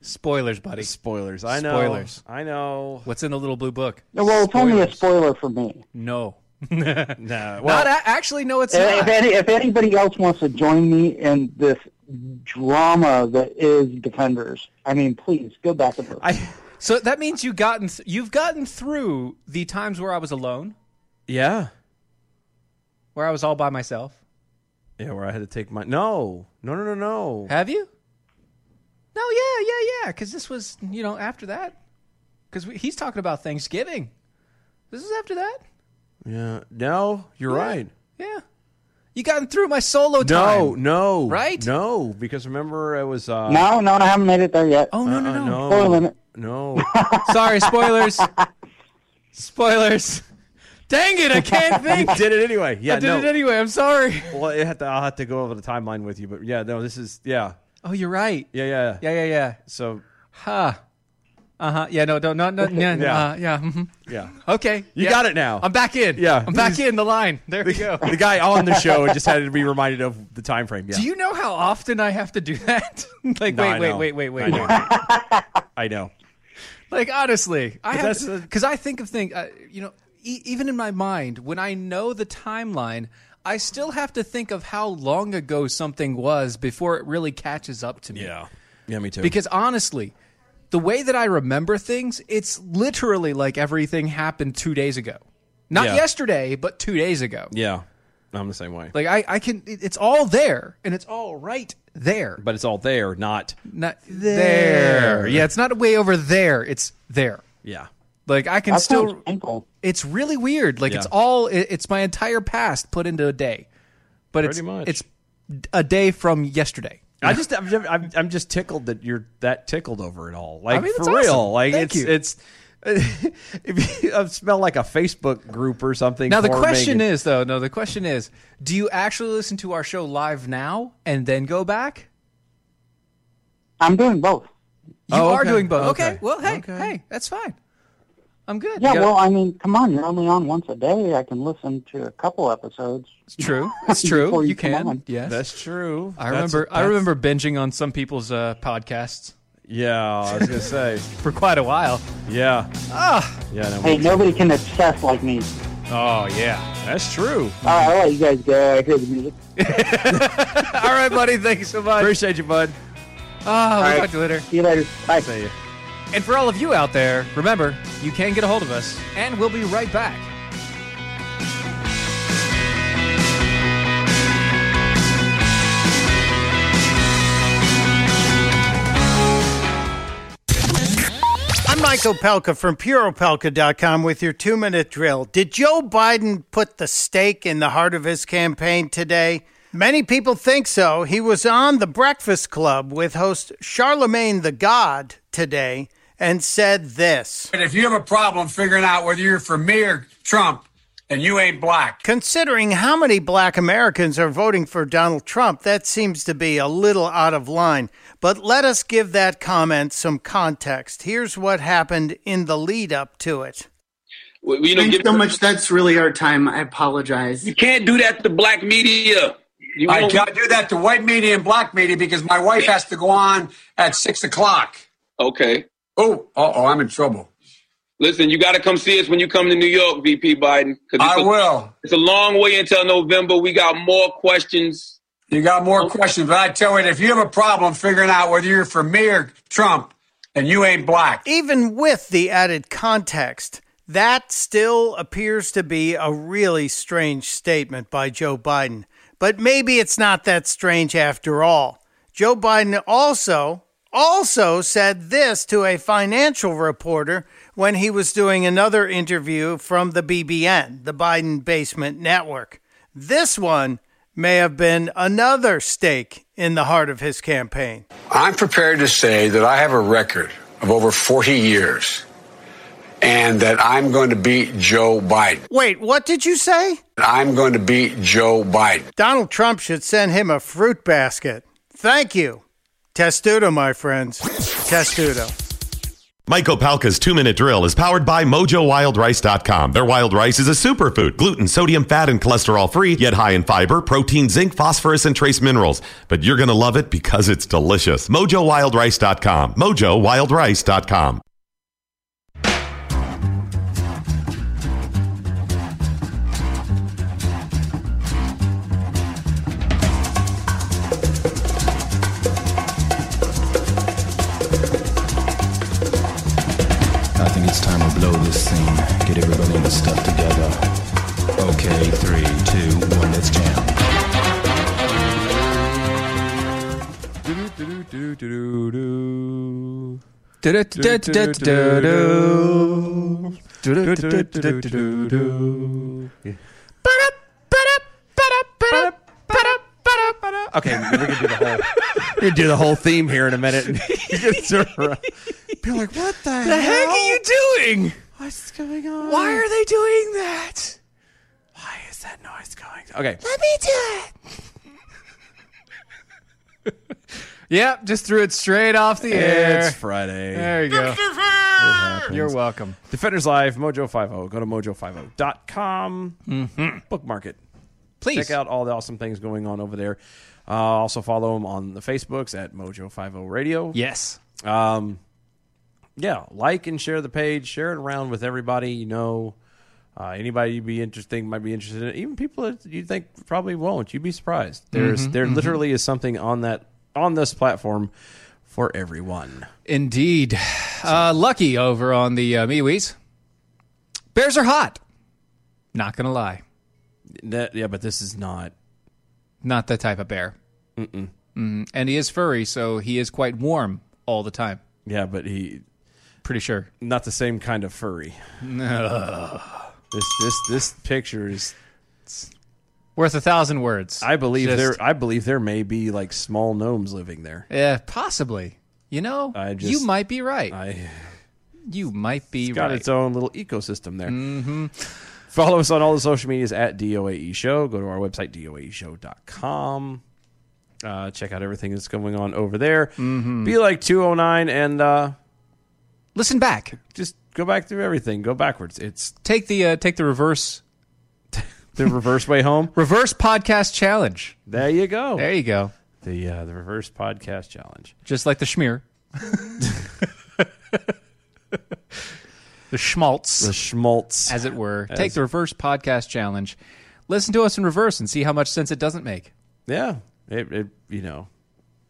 Speaker 6: Spoilers, buddy.
Speaker 5: spoilers. I know.
Speaker 6: Spoilers.
Speaker 5: I know.
Speaker 6: What's in the little blue book?
Speaker 8: Well, it's only a
Speaker 6: Spoilers.
Speaker 8: spoiler for me. Uh,
Speaker 6: No. <laughs>
Speaker 5: Nah,
Speaker 6: Not
Speaker 5: well,
Speaker 6: a- actually. No, it's
Speaker 8: If,
Speaker 6: not.
Speaker 8: any, if anybody else wants to join me in this drama that is Defenders, I mean, please go back and look.
Speaker 5: I,
Speaker 6: So that means you gotten th- you've gotten through the times where I was alone,
Speaker 5: yeah.
Speaker 6: where I was all by myself.
Speaker 5: Yeah, where I had to take my. No. No, no, no, no.
Speaker 6: Have you? No, yeah, yeah, yeah. Because this was, you know, after that. Because he's talking about Thanksgiving. This is after that.
Speaker 5: Yeah. No, you're right.
Speaker 6: Yeah, you gotten through my solo time.
Speaker 5: No, no.
Speaker 6: Right?
Speaker 5: No, because remember it was uh
Speaker 8: no, no, I haven't made it there yet.
Speaker 6: Oh no, no,
Speaker 5: uh,
Speaker 6: no.
Speaker 8: Spoiling it.
Speaker 5: No.
Speaker 6: <laughs>
Speaker 8: <laughs>
Speaker 6: Sorry, spoilers. spoilers. Dang it! I can't think.
Speaker 5: <laughs> You did it anyway. Yeah,
Speaker 6: I did
Speaker 5: no.
Speaker 6: it anyway. I'm sorry.
Speaker 5: Well, it had to, I'll have to go over the timeline with you, but yeah, no, this is yeah.
Speaker 6: Oh, you're right.
Speaker 5: Yeah, yeah.
Speaker 6: Yeah, yeah, yeah.
Speaker 5: So,
Speaker 6: Huh. Uh huh. Yeah. No. Don't. No.
Speaker 5: <laughs>
Speaker 6: No. Yeah.
Speaker 5: Yeah.
Speaker 6: Uh, yeah. mhm.
Speaker 5: yeah.
Speaker 6: Okay.
Speaker 5: You
Speaker 6: Yeah.
Speaker 5: got it now.
Speaker 6: I'm back in.
Speaker 5: Yeah.
Speaker 6: I'm back in the line. There we go.
Speaker 5: <laughs> the guy on the show just had to be reminded of the time frame.
Speaker 6: <laughs>
Speaker 5: Yeah.
Speaker 6: Do you know how often I have to do that? <laughs> like,
Speaker 5: No, I
Speaker 6: wait, wait,
Speaker 5: know.
Speaker 6: wait, wait,
Speaker 5: I
Speaker 6: wait, wait.
Speaker 5: know. I know.
Speaker 6: Like, honestly, I have
Speaker 5: that's a-
Speaker 6: because I think of things. Uh, you know, e- even in my mind, when I know the timeline, I still have to think of how long ago something was before it really catches up to me.
Speaker 5: Yeah. Yeah, me too.
Speaker 6: Because honestly, the way that I remember things, it's literally like everything happened two days ago. Not
Speaker 5: Yeah.
Speaker 6: yesterday, but two days ago.
Speaker 5: yeah, I'm the same way.
Speaker 6: Like I, I can. it- It's all there, and it's all right there,
Speaker 5: but it's all there, not
Speaker 6: not there. Yeah, it's not way over there. It's there.
Speaker 5: yeah.
Speaker 6: Like I can
Speaker 8: That sounds
Speaker 6: still.
Speaker 8: painful.
Speaker 6: It's really weird. Like it's
Speaker 5: Yeah.
Speaker 6: all. it- it's my entire past put into a day, but it's
Speaker 5: Pretty much.
Speaker 6: it's a day from yesterday.
Speaker 5: I just I'm, just- I'm I'm just tickled that you're that tickled over it all. Like
Speaker 6: mean,
Speaker 5: for
Speaker 6: that's
Speaker 5: real.
Speaker 6: awesome.
Speaker 5: Like
Speaker 6: Thank you.
Speaker 5: it's <laughs> it's if you I smell like a Facebook group or something.
Speaker 6: Now the question is though. No, the question is: Do you actually listen to our show live now and then go back?
Speaker 8: I'm doing both.
Speaker 6: You
Speaker 5: Oh,
Speaker 6: are
Speaker 5: okay.
Speaker 6: doing both. Okay.
Speaker 5: Oh, Okay.
Speaker 6: Well, hey,
Speaker 5: Okay.
Speaker 6: hey, that's fine. I'm good.
Speaker 8: Yeah,
Speaker 6: You got-
Speaker 8: well,
Speaker 6: <laughs>
Speaker 8: I mean, come on, you're only on once a day. I can listen to a couple episodes. <laughs>
Speaker 6: it's true. It's true.
Speaker 8: Before
Speaker 6: You,
Speaker 8: you come
Speaker 6: can.
Speaker 8: on.
Speaker 6: Yes.
Speaker 5: That's true.
Speaker 6: I
Speaker 5: That's-
Speaker 6: remember. I
Speaker 5: that's-
Speaker 6: remember binging on some people's uh, podcasts
Speaker 5: Yeah, I was gonna say.
Speaker 6: <laughs> for quite a while.
Speaker 5: Yeah. Ah. Yeah. No,
Speaker 8: Hey, nobody can obsess like me.
Speaker 6: Oh yeah.
Speaker 5: That's true.
Speaker 8: All right, I'll let you guys go. I hear the music.
Speaker 6: All right, buddy. Thank you so much.
Speaker 5: Appreciate you, bud.
Speaker 6: Ah, we'll
Speaker 8: right.
Speaker 6: talk to you later.
Speaker 8: See you later. Bye.
Speaker 5: Say you.
Speaker 6: And for all of you out there, remember you can get a hold of us, and we'll be right back.
Speaker 9: I'm Mike Opelka from PureOpelka.com with your two minute drill. Did Joe Biden put the stake in the heart of his campaign today? Many people think so. He was on The Breakfast Club with host Charlemagne the God today and said this
Speaker 10: And if you have a problem figuring out whether you're for me or Trump, and you ain't black.
Speaker 9: Considering how many black Americans are voting for Donald Trump, that seems to be a little out of line. But let us give that comment some context. Here's what happened in the lead up to it.
Speaker 11: Well, you know,
Speaker 12: Thanks
Speaker 11: give-
Speaker 12: so much. That's really our time. I apologize.
Speaker 11: You can't do that to black media. You
Speaker 10: I
Speaker 11: don't-
Speaker 10: can't do that to white media and black media because my wife has to go on at six o'clock.
Speaker 11: Okay.
Speaker 10: Oh, uh oh, I'm in trouble.
Speaker 11: Listen, you got to come see us when you come to New York, VP Biden. 'cause
Speaker 10: I
Speaker 11: it's a-
Speaker 10: will.
Speaker 11: It's a long way until November. We got more questions.
Speaker 10: You got more questions, but I tell you, if you have a problem figuring out whether you're for me or Trump, and you ain't black.
Speaker 9: even with the added context, that still appears to be a really strange statement by Joe Biden. But maybe it's not that strange after all. Joe Biden also also said this to a financial reporter when he was doing another interview from the BBN, the Biden Basement Network. This one may have been another stake in the heart of his campaign.
Speaker 10: I'm prepared to say that I have a record of over 40 years and that I'm going to beat Joe Biden.
Speaker 9: Wait, what did you say?
Speaker 10: I'm going to beat Joe Biden.
Speaker 9: Donald Trump should send him a fruit basket. Thank you. Testudo, my friends. Testudo.
Speaker 13: Mike Opalka's two minute drill is powered by MojoWildRice.com. Their wild rice is a superfood, gluten, sodium, fat, and cholesterol free, yet high in fiber, protein, zinc, phosphorus, and trace minerals. But you're going to love it because it's delicious. MojoWildRice.com. MojoWildRice.com.
Speaker 10: I think it's time to blow this scene. Get everybody in the stuff together. Okay, three, two, one, let's jam.
Speaker 5: Do-do-do-do-do-do-do.
Speaker 6: Du-du-du-du-du-du. Du-du-du-du-du-du-du. Ba-da, ba-da, ba-da, ba-da, ba-da, ba-da, ba-da.
Speaker 5: Okay, we can do the whole. We can do the whole theme here in a minute. <laughs> Be like, what the,
Speaker 6: The heck are you doing?
Speaker 5: What's going on?
Speaker 6: Why are they doing that?
Speaker 5: Why is that noise going? Okay,
Speaker 6: Let me do it. yep, just threw it straight off the air.
Speaker 5: it's Friday.
Speaker 6: there you go. You're welcome.
Speaker 5: Defenders Live, Mojo 50. Go to mojo50.com. Bookmark it.
Speaker 6: Mm-hmm. Please.
Speaker 5: Check out all the awesome things going on over there. Uh, also follow them on the Facebooks at Mojo 50 Radio.
Speaker 6: Yes.
Speaker 5: Um, yeah, like and share the page. Share it around with everybody you know. Uh, anybody you be interesting might be interested in. Even people that you think probably won't. You'd be surprised. There's
Speaker 6: Mm-hmm,
Speaker 5: there literally is something on that on this platform for everyone.
Speaker 6: Indeed. <sighs> Uh, lucky over on the uh, MeWe's. Bears are hot. Not going to lie.
Speaker 5: That- yeah, but this is not.
Speaker 6: Not the type of bear. Mm-mm. Mm, and he is furry, so he is quite warm all the time.
Speaker 5: Yeah, but he
Speaker 6: Pretty sure.
Speaker 5: not the same kind
Speaker 6: <sighs>
Speaker 5: of furry. this this this picture is.
Speaker 6: Worth a thousand words.
Speaker 5: I believe
Speaker 6: Just-
Speaker 5: there. I believe there may be like small gnomes living there.
Speaker 6: Yeah, possibly. You know,
Speaker 5: I just-
Speaker 6: you might be right.
Speaker 5: I
Speaker 6: <laughs> you might be
Speaker 5: got
Speaker 6: right.
Speaker 5: its own little ecosystem there. Mm-hmm. Follow us on all the social medias at DOAE E Show. Go to our website doaeshow.com. Uh, check out everything that's going on over there. Be like two oh nine and uh,
Speaker 6: Mm-hmm. Listen back.
Speaker 5: just go back through everything. Go backwards. It's
Speaker 6: take the uh, take the reverse
Speaker 5: <laughs> the
Speaker 6: <laughs>
Speaker 5: reverse way home.
Speaker 6: Reverse podcast challenge.
Speaker 5: There you go.
Speaker 6: There you go.
Speaker 5: The uh, the reverse podcast challenge.
Speaker 6: Just like the
Speaker 5: <laughs>
Speaker 6: schmear. the schmaltz.
Speaker 5: The schmaltz.
Speaker 6: As it were. Take the reverse podcast challenge. Listen to us in reverse and see how much sense it doesn't make.
Speaker 5: Yeah. It, it you know,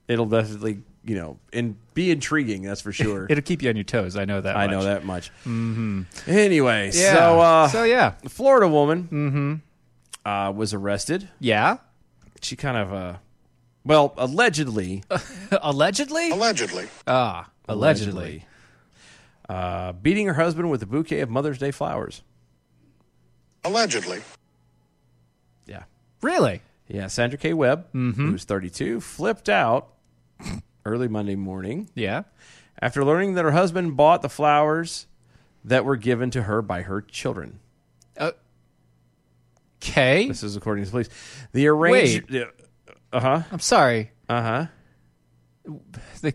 Speaker 5: it'll definitely you know and be intriguing. That's for sure.
Speaker 6: <laughs> It'll keep you on your toes. I know that.
Speaker 5: I
Speaker 6: much.
Speaker 5: know that much.
Speaker 6: Mhm.
Speaker 5: Anyway,
Speaker 6: Yeah.
Speaker 5: so uh,
Speaker 6: So, yeah. Mm-hmm.
Speaker 5: the Florida woman uh, was arrested.
Speaker 6: Yeah,
Speaker 5: she kind of uh, well, allegedly,
Speaker 6: allegedly,
Speaker 14: allegedly,
Speaker 6: <laughs> ah, allegedly.
Speaker 5: uh, beating her husband with a bouquet of Mother's Day flowers.
Speaker 14: Allegedly.
Speaker 5: Yeah.
Speaker 6: Really? Mm-hmm.
Speaker 5: Yeah, Sandra K. Webb, who's 32, flipped out early Monday morning.
Speaker 6: Yeah.
Speaker 5: After learning that her husband bought the flowers that were given to her by her children.
Speaker 6: Uh, Okay.
Speaker 5: This is according to the police. The arranged. Uh huh.
Speaker 6: I'm sorry.
Speaker 5: Uh huh.
Speaker 6: The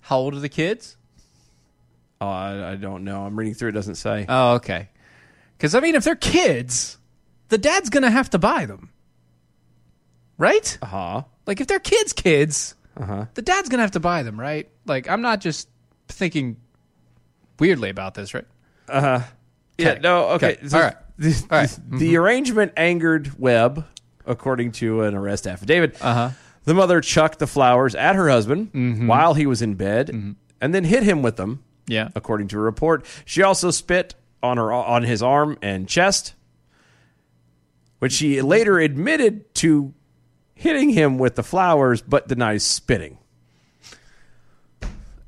Speaker 6: how old are the kids?
Speaker 5: Oh, I, I don't know. I'm reading through. It doesn't say.
Speaker 6: Oh, okay. Because I mean, if they're kids, the dad's gonna have to buy them, right? Uh
Speaker 5: huh.
Speaker 6: Like if they're kids, kids,
Speaker 5: Uh-huh.
Speaker 6: the dad's gonna have to buy them, right? Like I'm not just thinking weirdly about this, right?
Speaker 5: Uh huh. Yeah.
Speaker 6: Okay.
Speaker 5: No. Okay.
Speaker 6: Okay.
Speaker 5: So
Speaker 6: All right.
Speaker 5: The,
Speaker 6: All right. Mm-hmm.
Speaker 5: the arrangement angered Webb, according to an arrest affidavit. Uh
Speaker 6: Uh-huh.
Speaker 5: huh. The mother chucked the flowers at her husband
Speaker 6: Mm-hmm.
Speaker 5: while he was in bed, and then hit him with them.
Speaker 6: Yeah.
Speaker 5: According to a report, she also spit on her on his arm and chest, which she later admitted to hitting him with the flowers, but denies spitting.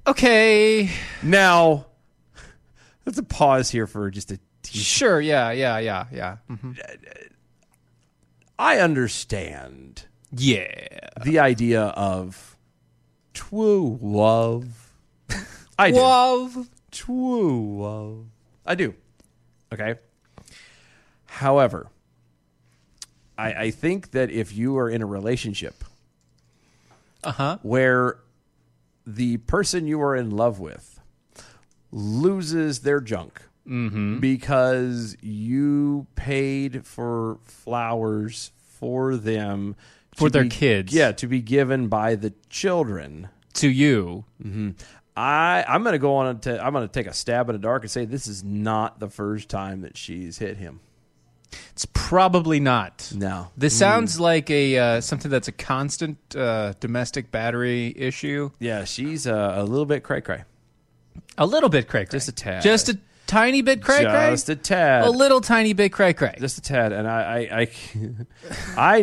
Speaker 6: Okay.
Speaker 5: Now, let's pause here for just a
Speaker 6: Sure. Yeah. Yeah. Yeah. Yeah. Mhm.
Speaker 5: Uh, I understand.
Speaker 6: Yeah.
Speaker 5: The idea of true love. I do.
Speaker 6: Love.
Speaker 5: True love. I do. Okay. However, I, I think that if you are in a relationship
Speaker 6: uh-huh.
Speaker 5: where the person you are in love with loses their junk
Speaker 6: Mhm.
Speaker 5: because you paid for flowers for them
Speaker 6: For
Speaker 5: to
Speaker 6: their
Speaker 5: be-
Speaker 6: kids.
Speaker 5: yeah to be given by the children
Speaker 6: to you
Speaker 5: hmm i i'm gonna go on and ta- i'm gonna take a stab in the dark and say this is not the first time that she's hit him
Speaker 6: It's probably not.
Speaker 5: No.
Speaker 6: This
Speaker 5: Mm.
Speaker 6: sounds like a uh, something that's a constant uh, domestic battery issue.
Speaker 5: Yeah, she's uh, a little bit cray cray.
Speaker 6: A little bit cray cray.
Speaker 5: Just a tad.
Speaker 6: Just a tiny bit cray cray.
Speaker 5: Just a tad.
Speaker 6: A little tiny bit cray cray.
Speaker 5: just a tad and i i <laughs> i,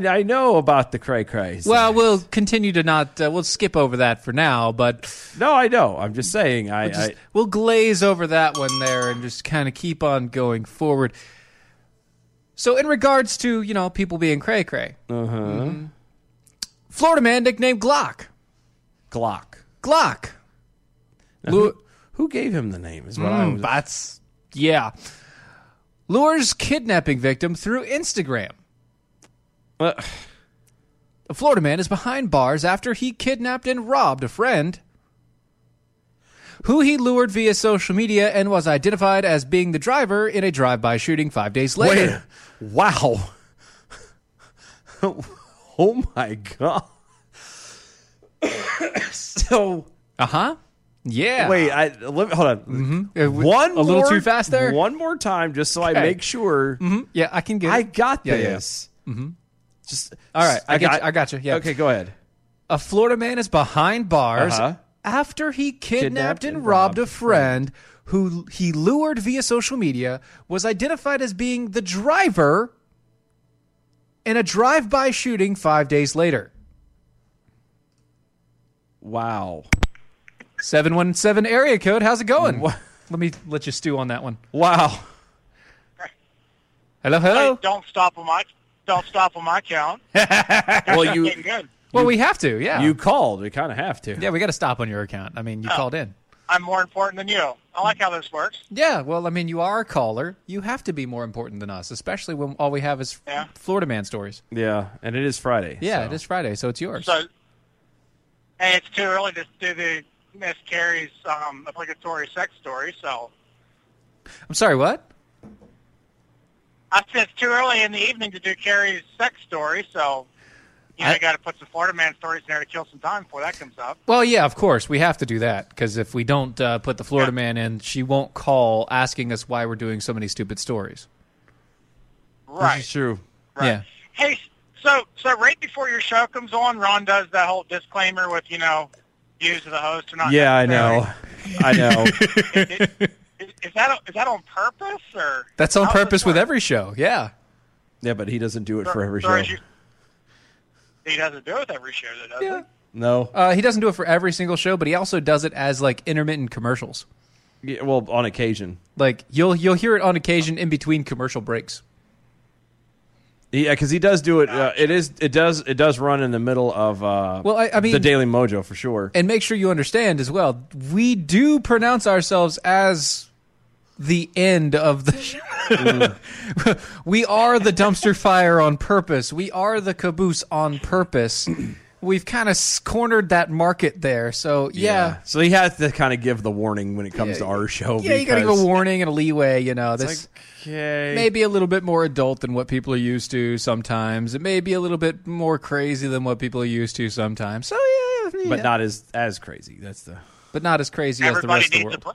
Speaker 5: I, I know about the cray crays
Speaker 6: Well, we'll continue to not. Uh, we'll skip over that for now, but
Speaker 5: no, I know. I'm just saying. I
Speaker 6: we'll, just-
Speaker 5: I-
Speaker 6: we'll glaze over that one there and just kind of keep on going forward. So, in regards to you know people being cray cray,
Speaker 5: uh-huh
Speaker 6: mm-hmm. Florida man nicknamed Glock.
Speaker 5: glock
Speaker 6: Glock.
Speaker 5: Now,
Speaker 6: Lu-
Speaker 5: who, who gave him the name is what i
Speaker 6: Mm,
Speaker 5: was
Speaker 6: That's yeah. Lures kidnapping victim through Instagram. a Florida man is behind bars after he kidnapped and robbed a friend who he lured via social media and was identified as being the driver in a drive-by shooting 5 days later.
Speaker 5: wow. <laughs> oh my god. so
Speaker 6: uh-huh. Yeah.
Speaker 5: Wait, I let me- hold on.
Speaker 6: Uh, w-
Speaker 5: One
Speaker 6: a little
Speaker 5: more-
Speaker 6: too fast there?
Speaker 5: One more time, just so I
Speaker 6: Okay. Mm-hmm.
Speaker 5: make sure.
Speaker 6: Yeah, I can get
Speaker 5: I
Speaker 6: it.
Speaker 5: got
Speaker 6: Yeah, yeah, yeah.
Speaker 5: this.
Speaker 6: Mhm.
Speaker 5: Just
Speaker 6: All right, I, get you. I got you. Yeah.
Speaker 5: Okay, go ahead.
Speaker 6: A Florida man is behind bars
Speaker 5: Uh-huh.
Speaker 6: after he kidnapped,
Speaker 5: Kidnapped
Speaker 6: and
Speaker 5: and
Speaker 6: robbed a friend who he lured via social media, was identified as being the driver in a drive by shooting five days later.
Speaker 5: Wow.
Speaker 6: 717 area code. How's it going? Let me let you stew on that one.
Speaker 5: Wow.
Speaker 6: Hello, hello.
Speaker 15: don't stop on my don't stop on my
Speaker 6: <laughs>
Speaker 15: count.
Speaker 5: well, you.
Speaker 15: Getting good.
Speaker 6: Well, we have to, yeah.
Speaker 5: You called. We kind of have to.
Speaker 6: Yeah, we got to stop on your account. I mean, you called in.
Speaker 15: I'm more important than you. I like how this works.
Speaker 6: Yeah, well, I mean, you are a caller. You have to be more important than us, especially when all we have is Florida man stories.
Speaker 5: Yeah, and it is Friday.
Speaker 6: Yeah,
Speaker 5: so.
Speaker 6: it is Friday, so it's yours.
Speaker 15: So, and it's too early to do the Miss Carrie's um, obligatory sex story. So
Speaker 6: I'm sorry, what?
Speaker 15: I said it's too early in the evening to do Carrie's sex story, so you know,
Speaker 6: I-
Speaker 15: I got to put some Florida man stories in there to kill some time before that comes up.
Speaker 6: Well, yeah, of course we have to do that because if we don't uh, put the Florida man in, she won't call asking us why we're doing so many stupid stories.
Speaker 15: Right.
Speaker 5: true.
Speaker 6: Yeah.
Speaker 15: Hey, so so right before your show comes on, Ron does that whole disclaimer with you know views of the host or not.
Speaker 5: yeah, I know. I know.
Speaker 15: <laughs> Is that is that on purpose or
Speaker 6: That's on purpose with every show. Yeah.
Speaker 5: Yeah, but he doesn't do it for every
Speaker 15: Or
Speaker 5: show.
Speaker 15: is you- he doesn't do it with every show, does yeah.
Speaker 5: No.
Speaker 6: Uh, he doesn't do it for every single show, but he also does it as like intermittent commercials.
Speaker 5: Yeah, well, on occasion.
Speaker 6: Like you'll you'll hear it on occasion in between commercial breaks.
Speaker 5: Yeah, because he does do it. Uh, it is. It does. It does run in the middle of. Uh,
Speaker 6: Well, I- I mean-
Speaker 5: the Daily Mojo for sure.
Speaker 6: And make sure you understand as well, we do pronounce ourselves as the end of the <laughs> show.
Speaker 5: Mm-hmm.
Speaker 6: we are the dumpster fire on purpose. We are the caboose on
Speaker 5: <clears throat>
Speaker 6: purpose. We've kind of cornered that market there. So, yeah.
Speaker 5: So he has to kind of give the warning when it comes to our show.
Speaker 6: Yeah, you got to give
Speaker 5: because-
Speaker 6: a warning and a leeway. You know, this
Speaker 5: okay.
Speaker 6: may be a little bit more adult than what people are used to sometimes. It may be a little bit more crazy than what people are used to sometimes. So yeah, yeah.
Speaker 5: but not as as crazy. That's the.
Speaker 6: but not as crazy as the
Speaker 15: Everybody
Speaker 6: rest of the
Speaker 15: needs
Speaker 6: world.
Speaker 15: a br-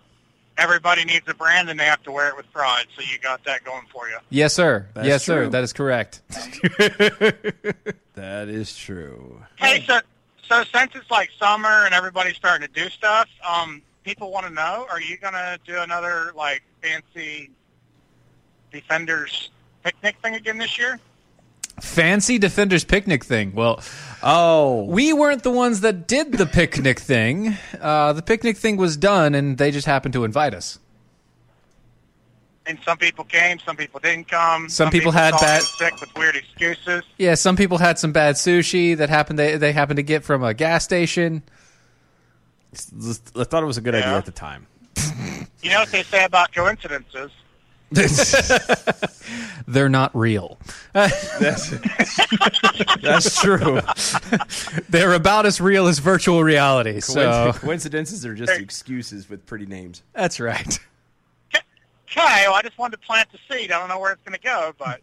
Speaker 15: everybody needs a brand, and they have to wear it with pride. So you got that going for you.
Speaker 6: Yes, sir.
Speaker 5: That's
Speaker 6: yes, sir.
Speaker 5: true.
Speaker 6: That is correct.
Speaker 5: <laughs> That is true.
Speaker 15: Hey, so so since it's like summer and everybody's starting to do stuff, um, people want to know: Are you gonna do another like fancy defenders picnic thing again this year?
Speaker 6: Fancy Defenders picnic thing. Well,
Speaker 5: oh,
Speaker 6: we weren't the ones that did the picnic thing. Uh, the picnic thing was done, and they just happened to invite us.
Speaker 15: And some people came, some people didn't come.
Speaker 6: Some people had
Speaker 15: called
Speaker 6: bad-
Speaker 15: in sick with weird excuses.
Speaker 6: Yeah, some people had some bad sushi that happened. They they happened to get from a gas station.
Speaker 5: I thought it was a good idea at the time.
Speaker 15: You know what they say about
Speaker 6: <laughs>
Speaker 15: coincidences?
Speaker 6: They're not real. <laughs>
Speaker 5: That's, that's true.
Speaker 6: They're about as real as virtual reality. So
Speaker 5: <laughs> Coinc- coincidences are just excuses with pretty names.
Speaker 6: that's right.
Speaker 15: Okay, well, I just wanted to plant the seed. I don't know where it's going to go, but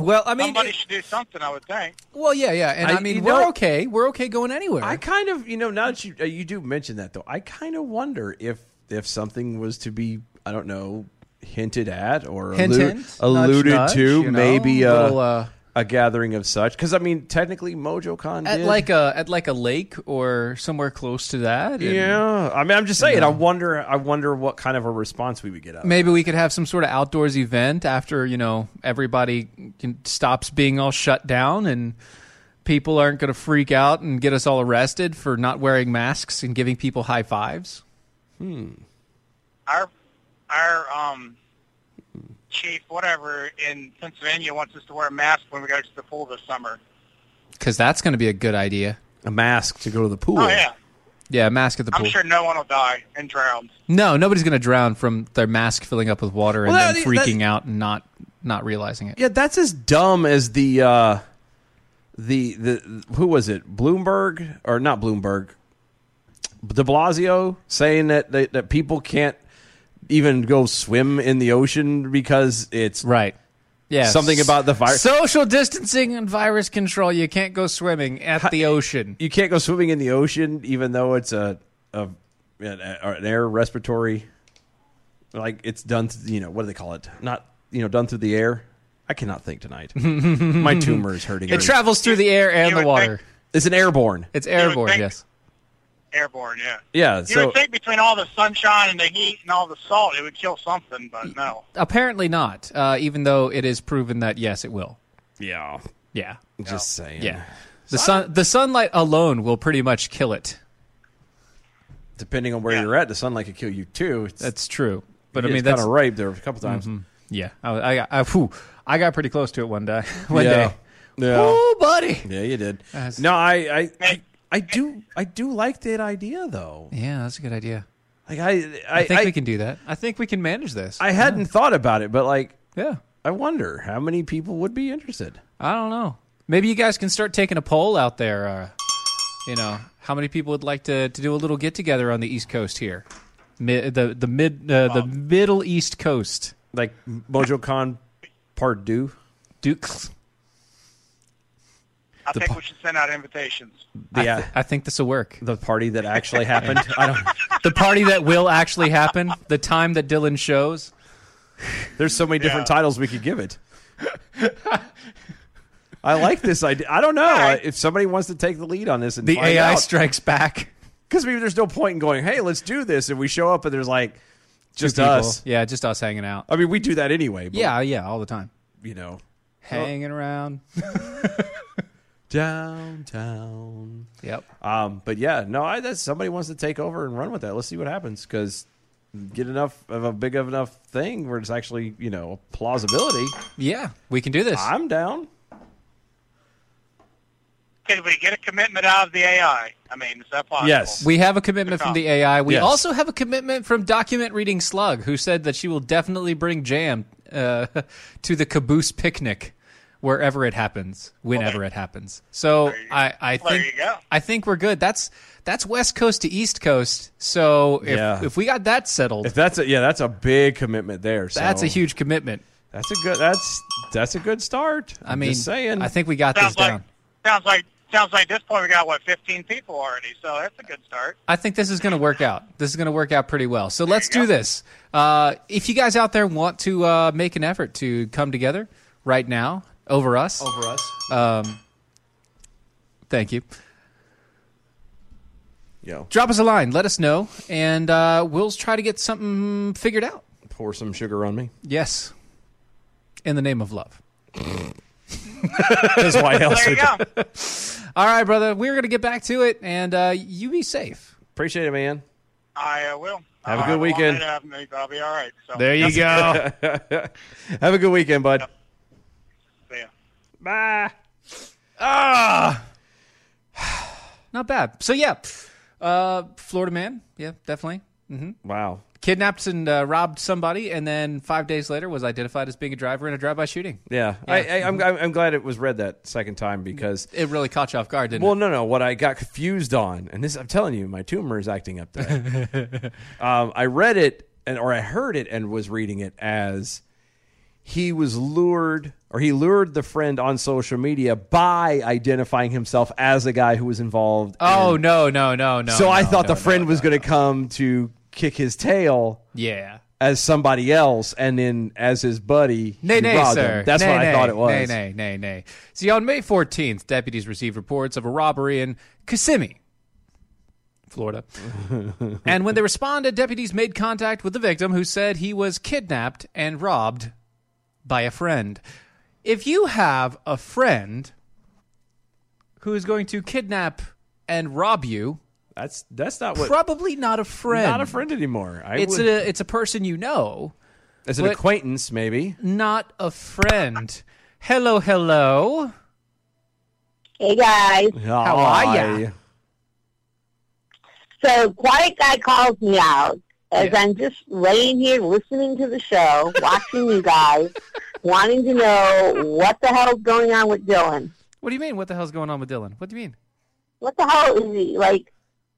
Speaker 6: Well, I mean,
Speaker 15: somebody should do something. I would think.
Speaker 6: Well, yeah, yeah, and I,
Speaker 5: I-
Speaker 6: mean,
Speaker 5: you
Speaker 6: we're
Speaker 5: know-
Speaker 6: okay. We're okay going anywhere.
Speaker 5: I kind of, you know, now that you uh, you do mention that though, I kind of wonder if if something was to be, I don't know, hinted at or
Speaker 6: Hint,
Speaker 5: allu-
Speaker 6: hint, nudge,
Speaker 5: alluded
Speaker 6: nudge,
Speaker 5: to,
Speaker 6: you know,
Speaker 5: maybe a,
Speaker 6: little, uh,
Speaker 5: a gathering of such. Because I mean, technically, MojoCon
Speaker 6: at
Speaker 5: did.
Speaker 6: like a at like a lake or somewhere close to that. and
Speaker 5: yeah, I mean, I'm just saying.
Speaker 6: You know.
Speaker 5: I wonder. I wonder what kind of a response we would get out. of it.
Speaker 6: Maybe we could have some sort of outdoors event after you know everybody can, stops being all shut down and people aren't going to freak out and get us all arrested for not wearing masks and giving people high fives.
Speaker 5: Hmm.
Speaker 15: our our um chief whatever in Pennsylvania wants us to wear a mask when we go to the pool this summer.
Speaker 6: Because that's going to be a good idea.
Speaker 5: A mask to go to the pool.
Speaker 15: Oh yeah,
Speaker 6: Yeah, a mask at the
Speaker 15: I'm
Speaker 6: pool.
Speaker 15: sure no one will die and drown.
Speaker 6: No, nobody's going to drown from their mask filling up with water and
Speaker 5: Well,
Speaker 6: then
Speaker 5: that-
Speaker 6: freaking out and not not realizing it.
Speaker 5: Yeah, that's as dumb as the uh, the the who was it? Bloomberg or not Bloomberg? De Blasio saying that that, that people can't even go swim in the ocean because it's
Speaker 6: right. Yeah,
Speaker 5: something about the virus.
Speaker 6: Social distancing and virus control. You can't go swimming at the ocean.
Speaker 5: you can't go swimming in the ocean even though it's a a an, an air respiratory like it's done th- you know what do they call it? Not you know done through the air. I cannot
Speaker 6: <laughs>
Speaker 5: think tonight. My tumor is hurting.
Speaker 6: It
Speaker 5: me.
Speaker 6: travels through the air and the water.
Speaker 5: It's an airborne.
Speaker 6: It's airborne.
Speaker 15: think-
Speaker 6: Yes.
Speaker 15: Airborne, yeah.
Speaker 5: Yeah,
Speaker 15: You
Speaker 5: so
Speaker 15: would think between all the sunshine and the heat and all the salt, it would kill something, but no.
Speaker 6: Apparently not. Uh, even though it is proven that yes, it will.
Speaker 5: yeah,
Speaker 6: Yeah.
Speaker 5: just saying.
Speaker 6: Yeah. The sun. The sunlight alone will pretty much kill it.
Speaker 5: depending on where you're at, the sunlight could kill you too. It's,
Speaker 6: That's true. But I
Speaker 5: it's
Speaker 6: mean, that's
Speaker 5: kind of right there a couple times.
Speaker 6: Mhm. Yeah. I I, got- I, whew, I got pretty close to it one day. <laughs> One
Speaker 5: yeah.
Speaker 6: day.
Speaker 5: Yeah.
Speaker 6: Oh, buddy.
Speaker 5: Yeah, you did.
Speaker 6: That's-
Speaker 5: No, I, I, I, I do, I do like that idea though.
Speaker 6: Yeah, that's a good idea.
Speaker 5: Like I, I,
Speaker 6: I, think we can do that. I think we can manage this.
Speaker 5: I hadn't thought about it, but like,
Speaker 6: yeah,
Speaker 5: I wonder how many people would be interested.
Speaker 6: I don't know. Maybe you guys can start taking a poll out there. Uh, you know, how many people would like to, to do a little get together on the East Coast here? mid, the the mid uh, the Middle East coast,
Speaker 5: like MojoCon Pardue,
Speaker 6: Duke.
Speaker 15: I think we should send out invitations.
Speaker 5: Yeah, I,
Speaker 6: think this will work.
Speaker 5: uh, The party that
Speaker 6: <laughs>
Speaker 5: actually happened. I don't.
Speaker 6: The party that will actually happen, the time that Dylan shows.
Speaker 5: There's so many different titles we could give it. I like this idea. I don't know I- if somebody wants to take the lead on this. And
Speaker 6: The
Speaker 5: find
Speaker 6: AI
Speaker 5: out.
Speaker 6: strikes back.
Speaker 5: Because maybe there's no point in going, hey, let's do this. And we show up and there's like
Speaker 6: Two
Speaker 5: just
Speaker 6: people.
Speaker 5: us.
Speaker 6: Yeah, just us hanging out.
Speaker 5: I mean, we do that anyway. But,
Speaker 6: Yeah, yeah, all the time.
Speaker 5: You know,
Speaker 6: Hanging around. <laughs>
Speaker 5: downtown.
Speaker 6: Yep.
Speaker 5: Um, but yeah, no, I, that's somebody wants to take over and run with that. Let's see what happens because get enough of a big of enough thing where it's actually, you know, plausibility.
Speaker 6: Yeah, we can do this.
Speaker 5: I'm down.
Speaker 15: Could we get a commitment out of the AI? I mean, is that possible?
Speaker 6: We have a commitment from the AI. We
Speaker 15: Yes.
Speaker 6: also have a commitment from document reading Slug, who said that she will definitely bring jam uh, <laughs> to the caboose picnic wherever it happens, whenever it happens. So I, I think
Speaker 15: There you go.
Speaker 6: I think we're good. That's that's West Coast to East Coast. So if
Speaker 5: Yeah.
Speaker 6: if we got that settled,
Speaker 5: If that's a, yeah, that's a big commitment there. So
Speaker 6: that's a huge commitment.
Speaker 5: That's a good. That's that's a good start.
Speaker 6: I
Speaker 5: I'm
Speaker 6: mean,
Speaker 5: just saying.
Speaker 6: I think we got
Speaker 15: Sounds
Speaker 6: this
Speaker 15: like-
Speaker 6: down.
Speaker 15: Sounds like sounds like at this point we got what 15 people already, so that's a good start.
Speaker 6: I think this is going to work out. This is going to work out pretty well. So let's do this. Uh, if you guys out there want to uh, make an effort to come together right now over us,
Speaker 5: Over us.
Speaker 6: Um, thank you.
Speaker 5: Yo.
Speaker 6: Drop us a line. Let us know, and uh, we'll try to get something figured
Speaker 5: <laughs>
Speaker 6: out.
Speaker 5: pour some sugar on me.
Speaker 6: Yes, in the name of
Speaker 5: <laughs>
Speaker 6: love.
Speaker 5: Because why else?
Speaker 15: There you
Speaker 5: would-
Speaker 15: go.
Speaker 6: All right, brother. We're going to get back to it, and uh, you be safe.
Speaker 5: Appreciate it, man.
Speaker 15: I uh, will.
Speaker 5: Have a
Speaker 15: I'll
Speaker 5: good
Speaker 15: long
Speaker 5: weekend.
Speaker 15: night ahead of me, but I'll be all right. So
Speaker 5: <laughs> Have a good weekend, bud.
Speaker 15: See ya.
Speaker 5: Bye.
Speaker 6: Ah, <sighs> not bad. So yeah, uh, Florida man. Yeah, definitely. hmm
Speaker 5: Wow.
Speaker 6: Kidnapped and uh, robbed somebody, and then five days later was identified as being a driver in a drive-by shooting.
Speaker 5: Yeah. I, I, I'm, I'm I'm glad it was read that second time because.
Speaker 6: It really caught you off guard, didn't
Speaker 5: Well, no, no. What I got confused on, and this I'm telling you, my tumor is acting up there.
Speaker 6: <laughs>
Speaker 5: um, I read it and or I heard it and was reading it as he was lured or he lured the friend on social media by identifying himself as a guy who was involved.
Speaker 6: it? Oh no, no, no, no.
Speaker 5: so I
Speaker 6: no,
Speaker 5: thought
Speaker 6: no,
Speaker 5: the friend was going to come to kick his tail.
Speaker 6: no. Yeah.
Speaker 5: as somebody else, and then as his buddy.
Speaker 6: Nay,
Speaker 5: he
Speaker 6: nay,
Speaker 5: robbed
Speaker 6: sir.
Speaker 5: him. That's
Speaker 6: Nay,
Speaker 5: what
Speaker 6: nay,
Speaker 5: I thought it was.
Speaker 6: Nay, nay, nay, nay. See, on May 14th, deputies received reports of a robbery in Kissimmee, Florida. and when they responded, deputies made contact with the victim who said he was kidnapped and robbed by a friend. If you have a friend who is going to kidnap and rob you,
Speaker 5: That's that's not what.
Speaker 6: probably not a friend.
Speaker 5: Not a friend anymore. I
Speaker 6: It's
Speaker 5: would,
Speaker 6: a it's a person you know
Speaker 5: as an
Speaker 6: but-
Speaker 5: acquaintance, maybe.
Speaker 6: not a friend. Hello, hello.
Speaker 16: Hey guys.
Speaker 5: How
Speaker 16: are ya? So Quiet Guy calls me out as I'm just laying here listening to the show, watching
Speaker 6: <laughs>
Speaker 16: you guys, wanting to know what the hell's going on with Dylan.
Speaker 6: What do you mean? What the hell's going on with Dylan? What do you mean?
Speaker 16: What the hell is he like?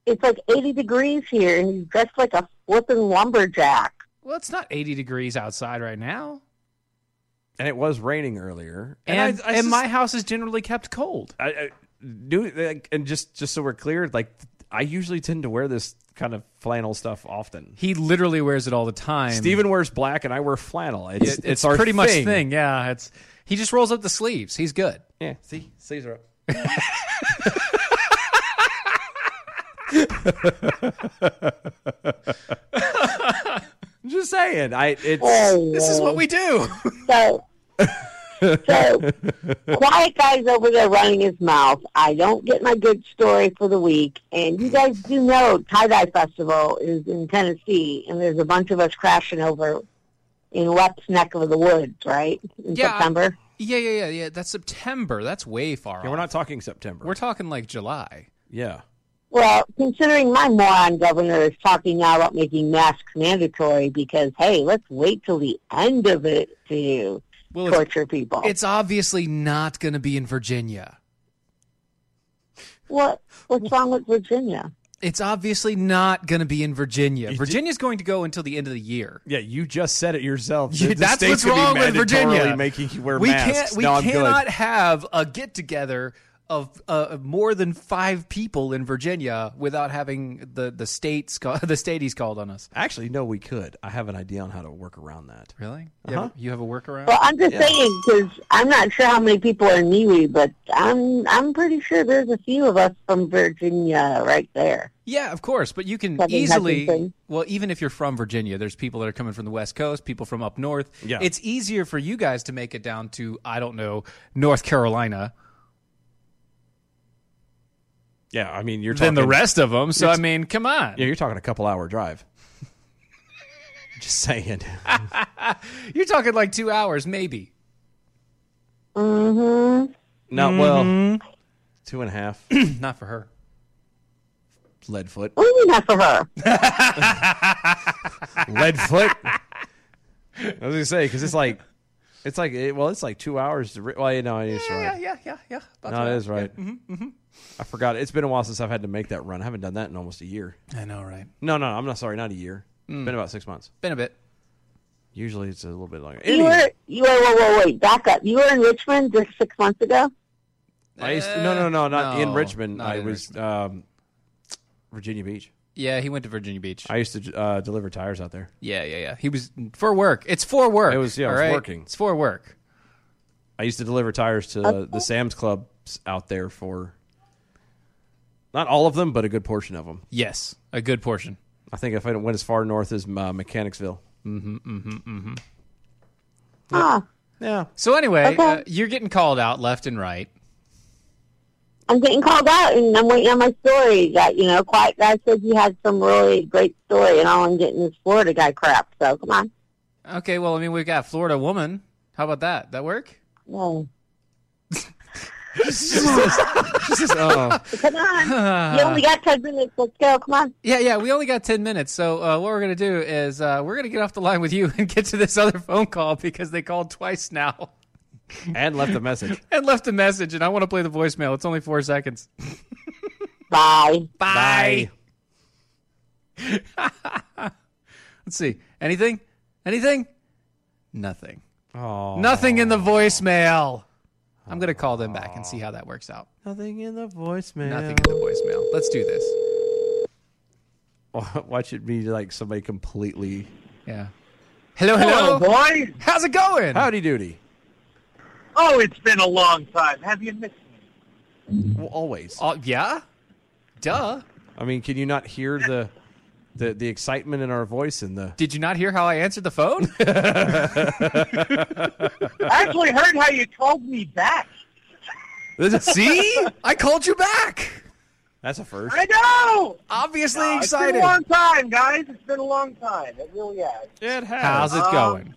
Speaker 16: It's like 80 degrees here, and he's dressed like a flippin' lumberjack.
Speaker 6: Well, it's not 80 degrees outside right now.
Speaker 5: And it was raining earlier,
Speaker 6: And,
Speaker 5: I-
Speaker 6: and,
Speaker 5: I just-
Speaker 6: my house is generally kept cold.
Speaker 5: I, I do, like, and just just so we're clear, like I usually tend to wear this kind of flannel stuff often.
Speaker 6: He literally wears it all the time.
Speaker 5: Steven wears black, and I wear flannel. It's
Speaker 6: it's,
Speaker 5: it's, our
Speaker 6: pretty much
Speaker 5: thing.
Speaker 6: thing. Yeah, it's he just rolls up the sleeves. He's good.
Speaker 5: Yeah. See, sleeves are up. I'm just saying. I it's
Speaker 16: Oh,
Speaker 6: This is what we do.
Speaker 16: So,
Speaker 6: <laughs>
Speaker 16: so Quiet Guy's over there running his mouth. I don't get my good story for the week. And you guys do know Tie Dye Festival is in Tennessee, and there's a bunch of us crashing over in Lepp's neck of the woods, right? In
Speaker 6: Yeah.
Speaker 16: September.
Speaker 6: Yeah, yeah, yeah, yeah. That's September. That's way far.
Speaker 5: Yeah, we're not talking September.
Speaker 6: We're talking like July.
Speaker 5: yeah.
Speaker 16: Well, considering my moron governor is talking now about making masks mandatory because, hey, let's wait till the end of it to
Speaker 6: Well, it's-
Speaker 16: torture people.
Speaker 6: It's obviously not going to be in Virginia.
Speaker 16: what? What's wrong with Virginia?
Speaker 6: It's obviously not going to be in Virginia. Virginia's going to go until the end of the year.
Speaker 5: Yeah, you just said it yourself. The- the
Speaker 6: that's
Speaker 5: state's
Speaker 6: what's
Speaker 5: gonna be
Speaker 6: wrong with
Speaker 5: mandatorily
Speaker 6: Virginia.
Speaker 5: Making you wear
Speaker 6: we
Speaker 5: masks.
Speaker 6: can't. We
Speaker 5: No, I'm good.
Speaker 6: cannot have a get together of uh, more than five people in Virginia without having the the states ca- <laughs> the state's called on us.
Speaker 5: Actually, no, we could. I have an idea on how to work around that.
Speaker 6: Really? You,
Speaker 5: Uh-huh.
Speaker 6: have, you have a workaround.
Speaker 16: Well, I'm just
Speaker 5: Yeah.
Speaker 16: saying saying because I'm not sure how many people are in Niwi, but I'm I'm pretty sure there's a few of us from Virginia right there.
Speaker 6: Yeah, of course, but you can
Speaker 16: Probably
Speaker 6: easily
Speaker 16: Hutchinson.
Speaker 6: well, even if you're from Virginia, there's people that are coming from the West Coast, people from up north.
Speaker 5: Yeah.
Speaker 6: It's easier for you guys to make it down to I don't know, North Carolina
Speaker 5: Yeah, I mean, you're
Speaker 6: than the
Speaker 5: talking-
Speaker 6: rest of them. So
Speaker 5: you're-
Speaker 6: I mean, come on.
Speaker 5: yeah, you're talking a couple hour drive. <laughs> just saying.
Speaker 6: You're talking like 2 hours maybe.
Speaker 16: Mm-hmm.
Speaker 5: Not well. Mm-hmm. Two and a <coughs> half.
Speaker 6: Not for her.
Speaker 5: Leadfoot.
Speaker 16: What do you mean not for
Speaker 5: <laughs>
Speaker 16: her?
Speaker 5: Leadfoot. I was gonna say because it's like, it's like it, well, it's like two hours. To re- well, you know, it's
Speaker 6: Yeah,
Speaker 5: right.
Speaker 6: yeah, yeah, yeah. mm-hmm, About
Speaker 5: No,
Speaker 6: two
Speaker 5: it
Speaker 6: hours.
Speaker 5: is right. I forgot. It's been a while since I've had to make that run. I haven't done that in almost a year.
Speaker 6: I know, right?
Speaker 5: No, no, I'm not sorry. Not a year.
Speaker 6: Mm.
Speaker 5: It's been about six months.
Speaker 6: Been a bit.
Speaker 5: Usually it's a little bit longer.
Speaker 16: You
Speaker 5: Anyway,
Speaker 16: were you were whoa whoa wait back up. You were in Richmond just six months ago.
Speaker 5: I used to- no, no, no, not in
Speaker 6: no,
Speaker 5: Richmond.
Speaker 6: not
Speaker 5: I
Speaker 6: in
Speaker 5: was um, Virginia Beach.
Speaker 6: Yeah, he went to Virginia Beach.
Speaker 5: I used to uh, deliver tires out there.
Speaker 6: Yeah, yeah, yeah. He was for work. It's for work.
Speaker 5: It was- yeah, it
Speaker 6: all
Speaker 5: was
Speaker 6: right?
Speaker 5: working.
Speaker 6: It's for work.
Speaker 5: I used to deliver tires to
Speaker 16: Okay.
Speaker 5: the Sam's Clubs out there for not all of them, but a good portion of them.
Speaker 6: Yes, a good portion.
Speaker 5: I think if I went as far north as uh, Mechanicsville.
Speaker 6: Mm-hmm, mm-hmm, mm-hmm.
Speaker 16: Ah,
Speaker 5: Yeah.
Speaker 6: So anyway,
Speaker 16: Okay.
Speaker 6: uh, you're getting called out left and right.
Speaker 16: I'm getting called out and I'm waiting on my story. That you know, quiet guy said you had some really great story, and all I'm getting is Florida guy crap. So come on.
Speaker 6: Okay, well, I mean, we've got Florida woman. How about that? That work?
Speaker 16: No.
Speaker 5: She says,
Speaker 6: uh,
Speaker 5: "Oh,
Speaker 16: <laughs> Come on. you only got 10 minutes. Let's go. Come on.
Speaker 6: Yeah, yeah. We only got ten minutes, so uh, what we're gonna do is uh, we're gonna get off the line with you <laughs> and get to this other phone call because they called twice now
Speaker 5: and left a message.
Speaker 6: <laughs> and left a message, and I want to play the voicemail. It's only four seconds.
Speaker 16: <laughs> Bye.
Speaker 6: Bye. <laughs> Let's see. Anything? Anything? Nothing.
Speaker 5: Oh,
Speaker 6: Nothing in the voicemail. I'm gonna call them back and see how that works out.
Speaker 5: nothing in the voicemail.
Speaker 6: Nothing in the voicemail. Let's do
Speaker 5: <laughs>
Speaker 6: this.
Speaker 5: Watch it be like somebody completely.
Speaker 6: Yeah. Hello, hello.
Speaker 14: boy.
Speaker 6: How's it going?
Speaker 5: Howdy doody.
Speaker 14: Oh, it's been a long time. Have you missed me?
Speaker 5: Well, always.
Speaker 6: Oh, yeah. Duh.
Speaker 5: I mean, can you not hear the the the excitement in our voice and the
Speaker 6: Did you not hear how I answered the
Speaker 5: <laughs>
Speaker 6: phone?
Speaker 14: I actually heard how you called me back. <laughs>
Speaker 6: See? I called you back.
Speaker 5: That's a first.
Speaker 14: I know.
Speaker 6: Obviously
Speaker 14: No, It's
Speaker 6: excited.
Speaker 14: been a long time, guys. It's been a long time. It really has.
Speaker 5: It has.
Speaker 6: How's it
Speaker 14: Um,
Speaker 6: going?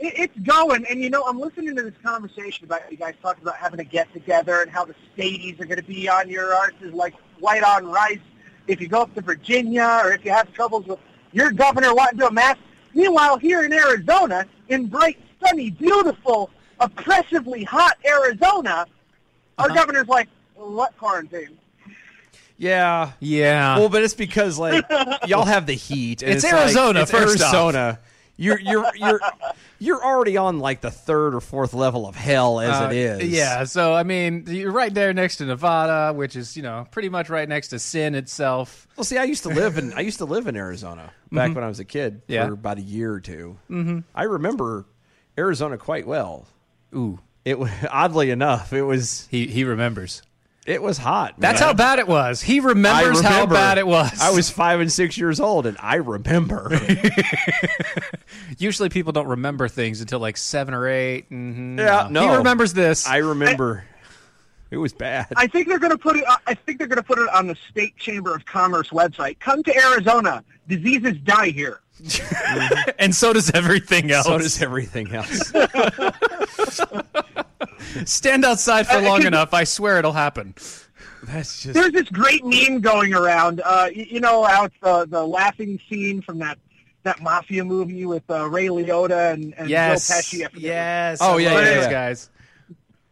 Speaker 14: It, it's going, and you know, I'm listening to this conversation about you guys talking about having a get together and how the stadies are going to be on your arses like white on rice. If you go up to Virginia or if you have troubles with your governor wanting to do a mask. Meanwhile, here in Arizona, in bright, sunny, beautiful, oppressively hot Arizona, our governor's like, what quarantine?
Speaker 5: Yeah.
Speaker 6: Yeah.
Speaker 5: Well, but it's because
Speaker 6: <laughs>
Speaker 5: like y'all have the heat. And
Speaker 6: It's
Speaker 5: it's, like-
Speaker 6: Arizona,
Speaker 5: it's
Speaker 6: first off.
Speaker 5: Arizona. You're you're you're you're already on like the third or fourth level of hell as
Speaker 6: Uh,
Speaker 5: it is.
Speaker 6: Yeah, so I mean, you're right there next to Nevada, which is, you know, pretty much right next to sin itself.
Speaker 5: Well, see, I used to live in I used to live in
Speaker 6: <laughs>
Speaker 5: Arizona back when I was a kid
Speaker 6: Mm-hmm. Yeah.
Speaker 5: for about a year or 2 Mm-hmm. I remember Arizona quite well.
Speaker 6: Ooh.
Speaker 5: It wa- <laughs> oddly enough, it was
Speaker 6: He he remembers.
Speaker 5: it was hot.
Speaker 6: <laughs> That's
Speaker 5: man.
Speaker 6: how bad it was. He remembers how
Speaker 5: remember.
Speaker 6: bad it was.
Speaker 5: I was five and six years old, and I remember.
Speaker 6: <laughs> Usually people don't remember things until like 7 or 8. Mhm.
Speaker 5: Yeah, no.
Speaker 6: He remembers this.
Speaker 5: I remember. It was bad.
Speaker 14: I think they're going to put it. uh, I think they're going to put it on the state chamber of commerce website. Come to Arizona. Diseases die here.
Speaker 6: <laughs> and so does everything else.
Speaker 5: so does everything else.
Speaker 6: Stand outside
Speaker 5: <laughs>
Speaker 6: for
Speaker 14: Uh,
Speaker 6: long
Speaker 14: can-
Speaker 6: enough. I swear it'll happen.
Speaker 5: That's just
Speaker 14: There's this great meme going around. Uh, you, you know, out the the laughing scene from that that mafia movie with uh, Ray Liotta and, and
Speaker 6: yes.
Speaker 14: Joe Pesci. I forget.
Speaker 6: Yes.
Speaker 5: Oh,
Speaker 6: I
Speaker 5: yeah,
Speaker 6: love
Speaker 5: yeah,
Speaker 6: those
Speaker 5: yeah.
Speaker 6: guys.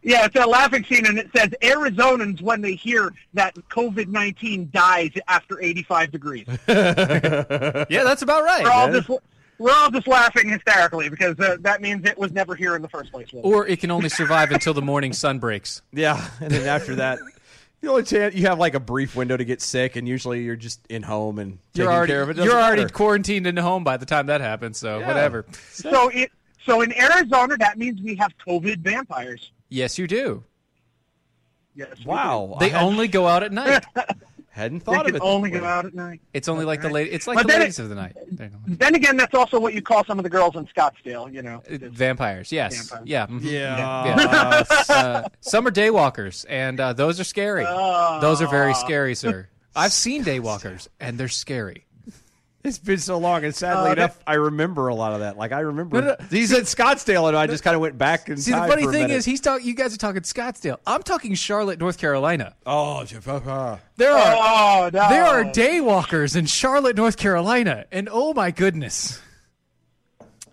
Speaker 14: Yeah, it's that laughing scene, and it says Arizonans when they hear that COVID nineteen dies after eighty five
Speaker 6: <laughs>
Speaker 14: degrees.
Speaker 6: yeah, that's about right.
Speaker 14: We're all
Speaker 6: man.
Speaker 14: just we're all just laughing hysterically because uh, that means it was never here in the first place.
Speaker 6: Or it can only survive until the morning sun breaks.
Speaker 5: <laughs> Yeah, and then after that, the only chance you have like a brief window to get sick, and usually you're just in home and
Speaker 6: <laughs> You're
Speaker 5: taking
Speaker 6: already
Speaker 5: care of it. Doesn't
Speaker 6: you're already
Speaker 5: matter.
Speaker 6: quarantined in home by the time that happens. So
Speaker 5: Yeah.
Speaker 6: whatever.
Speaker 14: so it so in Arizona that means we have COVID vampires.
Speaker 6: Yes, you do.
Speaker 14: Yes. we
Speaker 5: Wow,
Speaker 14: do.
Speaker 6: They only go out at night.
Speaker 5: <laughs> Hadn't
Speaker 14: They can only go out at night.
Speaker 6: It's only like the late. It's like
Speaker 14: But
Speaker 6: the
Speaker 14: then
Speaker 6: ladies
Speaker 14: it-
Speaker 6: of the night. They're
Speaker 14: Then again, that's also what you call some of the girls in Scottsdale. You know,
Speaker 6: Vampires, yes,
Speaker 14: Vampires.
Speaker 6: yeah, mhm.
Speaker 14: Yeah.
Speaker 6: <laughs> yeah. uh, some are daywalkers, and uh, those are scary. Those are very scary, <laughs> sir. I've seen daywalkers, and they're scary.
Speaker 5: It's been so long, and sadly
Speaker 6: Uh,
Speaker 5: enough, I remember a lot of that. Like I remember
Speaker 6: No, no,
Speaker 5: he's at Scottsdale, and I just kind of went back and
Speaker 6: See, the funny thing is, he's talk. You guys are talking Scottsdale. I'm talking Charlotte, North Carolina.
Speaker 5: Oh,
Speaker 6: There are
Speaker 14: Oh, no.
Speaker 6: there are daywalkers in Charlotte, North Carolina, and oh my goodness,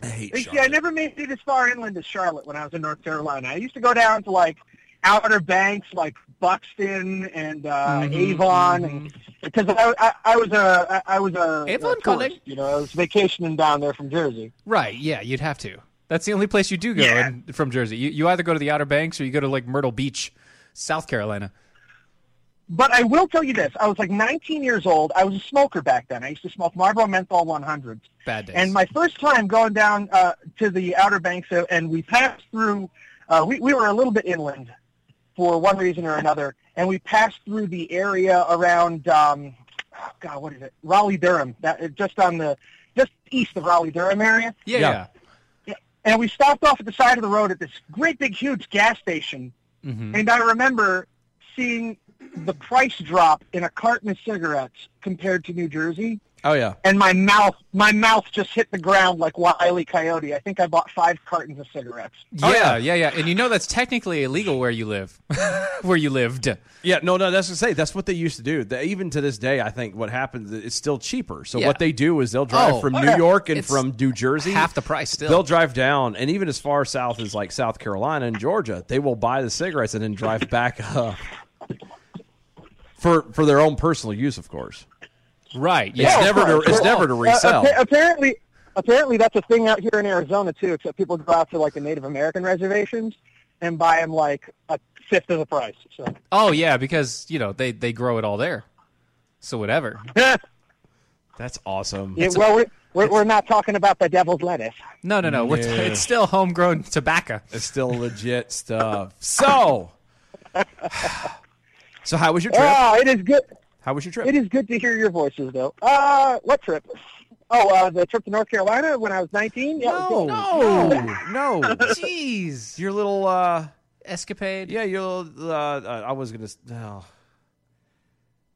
Speaker 5: I hate
Speaker 14: You see, I never made it as far inland as Charlotte when I was in North Carolina. I used to go down to like Outer Banks, like Buxton and uh,
Speaker 6: Mhm,
Speaker 14: Avon, and because I, I, I was a I I was a
Speaker 6: Avon
Speaker 14: a tourist, you know, I was vacationing down there from Jersey.
Speaker 6: Right? Yeah, you'd have to. That's the only place you do go in, from Jersey. You you either go to the Outer Banks or you go to like Myrtle Beach, South Carolina.
Speaker 14: But I will tell you this: I was like 19 years old. I was a smoker back then. I used to smoke Marlboro Menthol 100s.
Speaker 6: Bad days.
Speaker 14: And my first time going down uh, to the Outer Banks, uh, and we passed through. Uh, we, we were a little bit inland for one reason or another, and we passed through the area around. Um, oh God, what is it? Raleigh Durham. That uh, just on the just east of Raleigh Durham area.
Speaker 6: Yeah, yeah.
Speaker 14: And we stopped off at the side of the road at this great big huge gas station,
Speaker 6: Mm-hmm.
Speaker 14: and I remember seeing the price drop in a carton of cigarettes compared to New Jersey
Speaker 5: oh yeah,
Speaker 14: and my mouth my mouth just hit the ground like Wile E. Coyote. I think I bought five cartons of cigarettes.
Speaker 5: Oh,
Speaker 6: Yeah, yeah, yeah, And you know that's technically illegal where you live, <laughs> where you lived.
Speaker 5: Yeah, no, no, that's to say that's what they used to do. They, even to this day, I think what happens is it's still cheaper. So
Speaker 6: Yeah.
Speaker 5: what they do is they'll drive
Speaker 6: Oh,
Speaker 5: from
Speaker 6: oh,
Speaker 5: New
Speaker 6: yeah.
Speaker 5: York and
Speaker 6: It's
Speaker 5: from New Jersey,
Speaker 6: half the price still.
Speaker 5: They'll drive down, and even as far south as like South Carolina and Georgia, they will buy the cigarettes and then drive <laughs> back up for for their own personal use, of course.
Speaker 6: Right?
Speaker 5: It's never to, it's never to resell.
Speaker 14: Uh, appa- apparently, apparently that's a thing out here in Arizona too. Except people go out to like the Native American reservations and buy them like a fifth of the price. So
Speaker 6: Oh yeah, because you know they they grow it all there. So whatever.
Speaker 5: <laughs> That's awesome.
Speaker 14: yeah, well, we're, we're, we're not talking about the devil's lettuce.
Speaker 6: No, no, no. We're
Speaker 5: Yeah.
Speaker 6: it's still homegrown tobacco.
Speaker 5: It's still legit stuff. So, <sighs> so how was your trip?
Speaker 14: Ah, it is good.
Speaker 5: How was your trip?
Speaker 14: It is good to hear your voices though. Uh, what trip? Oh, uh, the trip to North Carolina when I was 19. Yeah, it was
Speaker 5: No,
Speaker 14: good. <laughs>
Speaker 5: no, no.
Speaker 6: Jeez,
Speaker 5: <laughs> Your little, uh,
Speaker 6: escapade.
Speaker 5: yeah, your little, uh, uh, I was going to, no.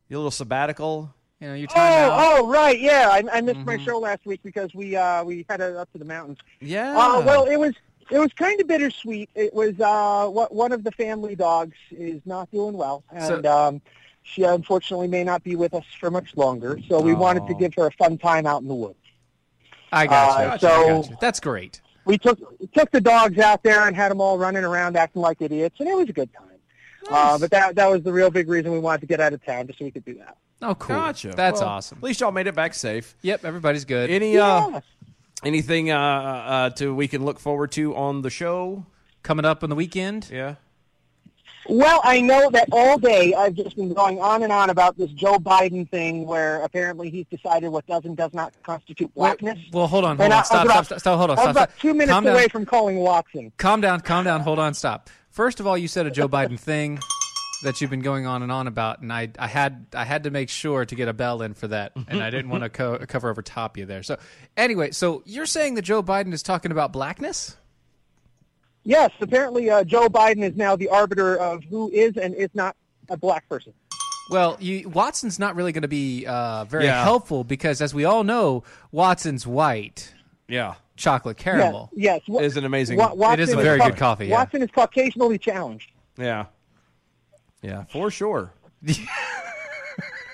Speaker 5: Your little sabbatical.
Speaker 6: You know, your
Speaker 14: Oh,
Speaker 6: time out. Mm-hmm.
Speaker 14: oh, right, yeah. I, I missed my show last week because we uh, we headed up to the mountains.
Speaker 5: Yeah.
Speaker 14: Uh, well, it was it was kind of bittersweet. It was uh, what one of the family dogs is not doing well,
Speaker 6: So-
Speaker 14: and um, she unfortunately may not be with us for much longer. So we wanted to
Speaker 6: Aw.
Speaker 14: give her a fun time out in the woods.
Speaker 6: I got you.
Speaker 14: uh,
Speaker 6: I got you, I got
Speaker 14: so-
Speaker 6: you. That's great.
Speaker 14: We took took the dogs out there and had them all running around acting like idiots, and it was a good time. Uh, but that that was the real big reason we wanted to get out of town, just so we could do that.
Speaker 6: Oh, cool.
Speaker 5: Gotcha.
Speaker 6: That's
Speaker 5: Well,
Speaker 6: awesome.
Speaker 5: At least y'all made it back safe.
Speaker 6: Yep, everybody's good.
Speaker 5: Any, uh,
Speaker 14: Yeah.
Speaker 5: anything, uh, uh, to we can look forward to on the show?
Speaker 6: Coming up on the weekend.
Speaker 5: Yeah.
Speaker 14: Well, I know that all day I've just been going on and on about this Joe Biden thing where apparently he's decided what does and does not constitute
Speaker 6: Wait,
Speaker 14: blackness.
Speaker 6: well, hold on, hold
Speaker 14: And I-
Speaker 6: on, stop,
Speaker 14: I'm
Speaker 6: stop,
Speaker 14: about-
Speaker 6: stop, stop, hold on,
Speaker 14: I'm
Speaker 6: stop.
Speaker 14: about
Speaker 6: stop.
Speaker 14: two minutes
Speaker 6: Calm down.
Speaker 14: away from calling Watson.
Speaker 6: Calm down, calm down, hold on, stop. First of all, you said a Joe Biden thing that you've been going on and on about, and I, I had I had to make sure to get a bell in for that, and I didn't want to co- cover over top you there. So anyway, so you're saying that Joe Biden is talking about blackness?
Speaker 14: Yes, apparently uh, Joe Biden is now the arbiter of who is and is not a black person.
Speaker 6: Well, you, Watson's not really going to be uh, very
Speaker 5: Yeah.
Speaker 6: helpful because, as we all know, Watson's white
Speaker 5: Yeah.
Speaker 6: chocolate caramel.
Speaker 14: Yes, yes. Wa-
Speaker 5: It is an amazing-
Speaker 14: Wa- Watson
Speaker 6: It is a very
Speaker 14: Cau-
Speaker 6: good coffee, yeah.
Speaker 14: Watson is Caucasianally challenged.
Speaker 5: Yeah. Yeah,
Speaker 6: <laughs>
Speaker 5: for sure.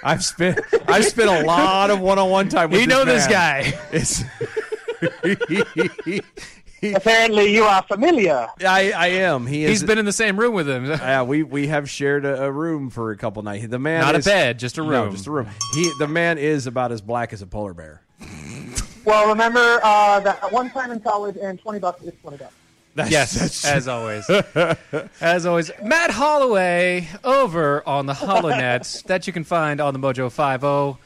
Speaker 5: I've spent I've spent a lot of one on one time with
Speaker 6: We
Speaker 5: this
Speaker 6: know this
Speaker 5: man.
Speaker 6: guy.
Speaker 5: It's
Speaker 14: Apparently, you are familiar.
Speaker 5: I, I am. He is,
Speaker 6: He's been in the same room with him. <laughs>
Speaker 5: Yeah, we we have shared a, a room for a couple nights. The man,
Speaker 6: Not a
Speaker 5: is-
Speaker 6: bed, just a
Speaker 5: No,
Speaker 6: room.
Speaker 5: just a room. He, the man is about as black as a polar bear.
Speaker 14: Well, remember uh, that one time in college, and twenty bucks is twenty bucks.
Speaker 6: yes, as
Speaker 5: <laughs>
Speaker 6: always. <laughs> as always, Matt Holloway over on
Speaker 14: <laughs>
Speaker 6: the HoloNet that you can find on the Mojo 50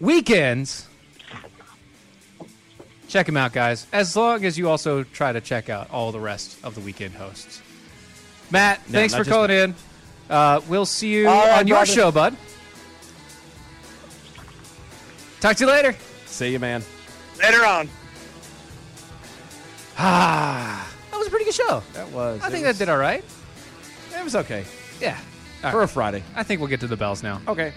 Speaker 6: weekends. Check him out, guys. As long as you also try to check out all the rest of the weekend hosts. Matt,
Speaker 5: No,
Speaker 6: thanks
Speaker 5: not
Speaker 6: for
Speaker 5: just
Speaker 6: calling in. Uh, we'll see you
Speaker 14: All right,
Speaker 6: on your
Speaker 14: brother.
Speaker 6: show, bud. Talk to you later.
Speaker 5: See you, man.
Speaker 14: <laughs> Later on.
Speaker 6: Ah, that was a pretty good show.
Speaker 5: That was.
Speaker 6: I
Speaker 5: it
Speaker 6: think
Speaker 5: was,
Speaker 6: that did all right.
Speaker 5: It was okay
Speaker 6: Yeah. All
Speaker 5: for
Speaker 6: right.
Speaker 5: a Friday.
Speaker 6: I think we'll get to the bells now.
Speaker 5: Okay.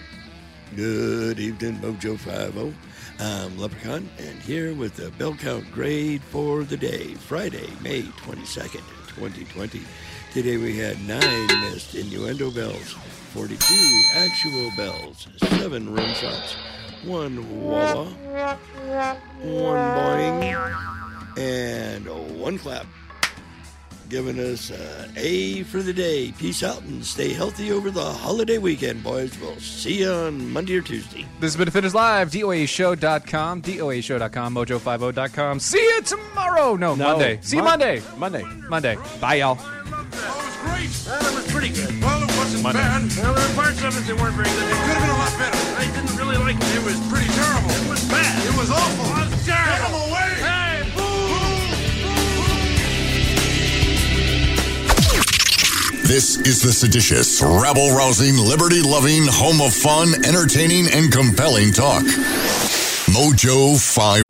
Speaker 17: Good evening, Mojo 50. I'm Leprechaun, and here with the bell count grade for the day, Friday, May 22nd, 2020. Today we had nine missed innuendo bells, 42 actual bells, seven rim shots, one walla, one boing, and one clap. Giving us an A for the day. Peace out and stay healthy over the holiday weekend, boys. We'll see you on Monday or Tuesday.
Speaker 6: This has been a Fitness Live, DOAShow.com, DOAShow.com, Mojo50.com. See you tomorrow. No, Monday. See you
Speaker 5: Mon-
Speaker 6: Monday.
Speaker 5: Monday.
Speaker 6: Monday. Bye, y'all.
Speaker 18: Great. Well, it was pretty good. Well, it wasn't bad. Well, there were parts of it that weren't very good. It could have been a lot better. I didn't really like it. It was pretty terrible. It was bad. It was awful. It was terrible. Get him away. Hey,
Speaker 19: This is the seditious, rabble rousing, liberty loving, home of fun, entertaining, and compelling talk. Mojo 5.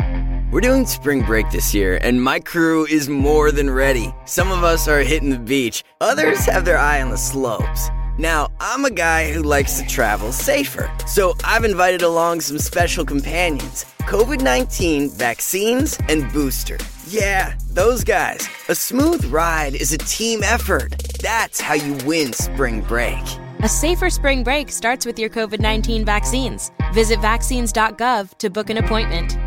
Speaker 20: We're doing spring break this year, and my crew is more than ready. Some of us are hitting the beach, others have their eye on the slopes. Now, I'm a guy who likes to travel safer, so I've invited along some special companions COVID 19 vaccines and booster. Yeah, those guys. A smooth ride is a team effort. That's how you win spring break.
Speaker 21: A safer spring break starts with your COVID 19 vaccines. Visit vaccines.gov to book an appointment.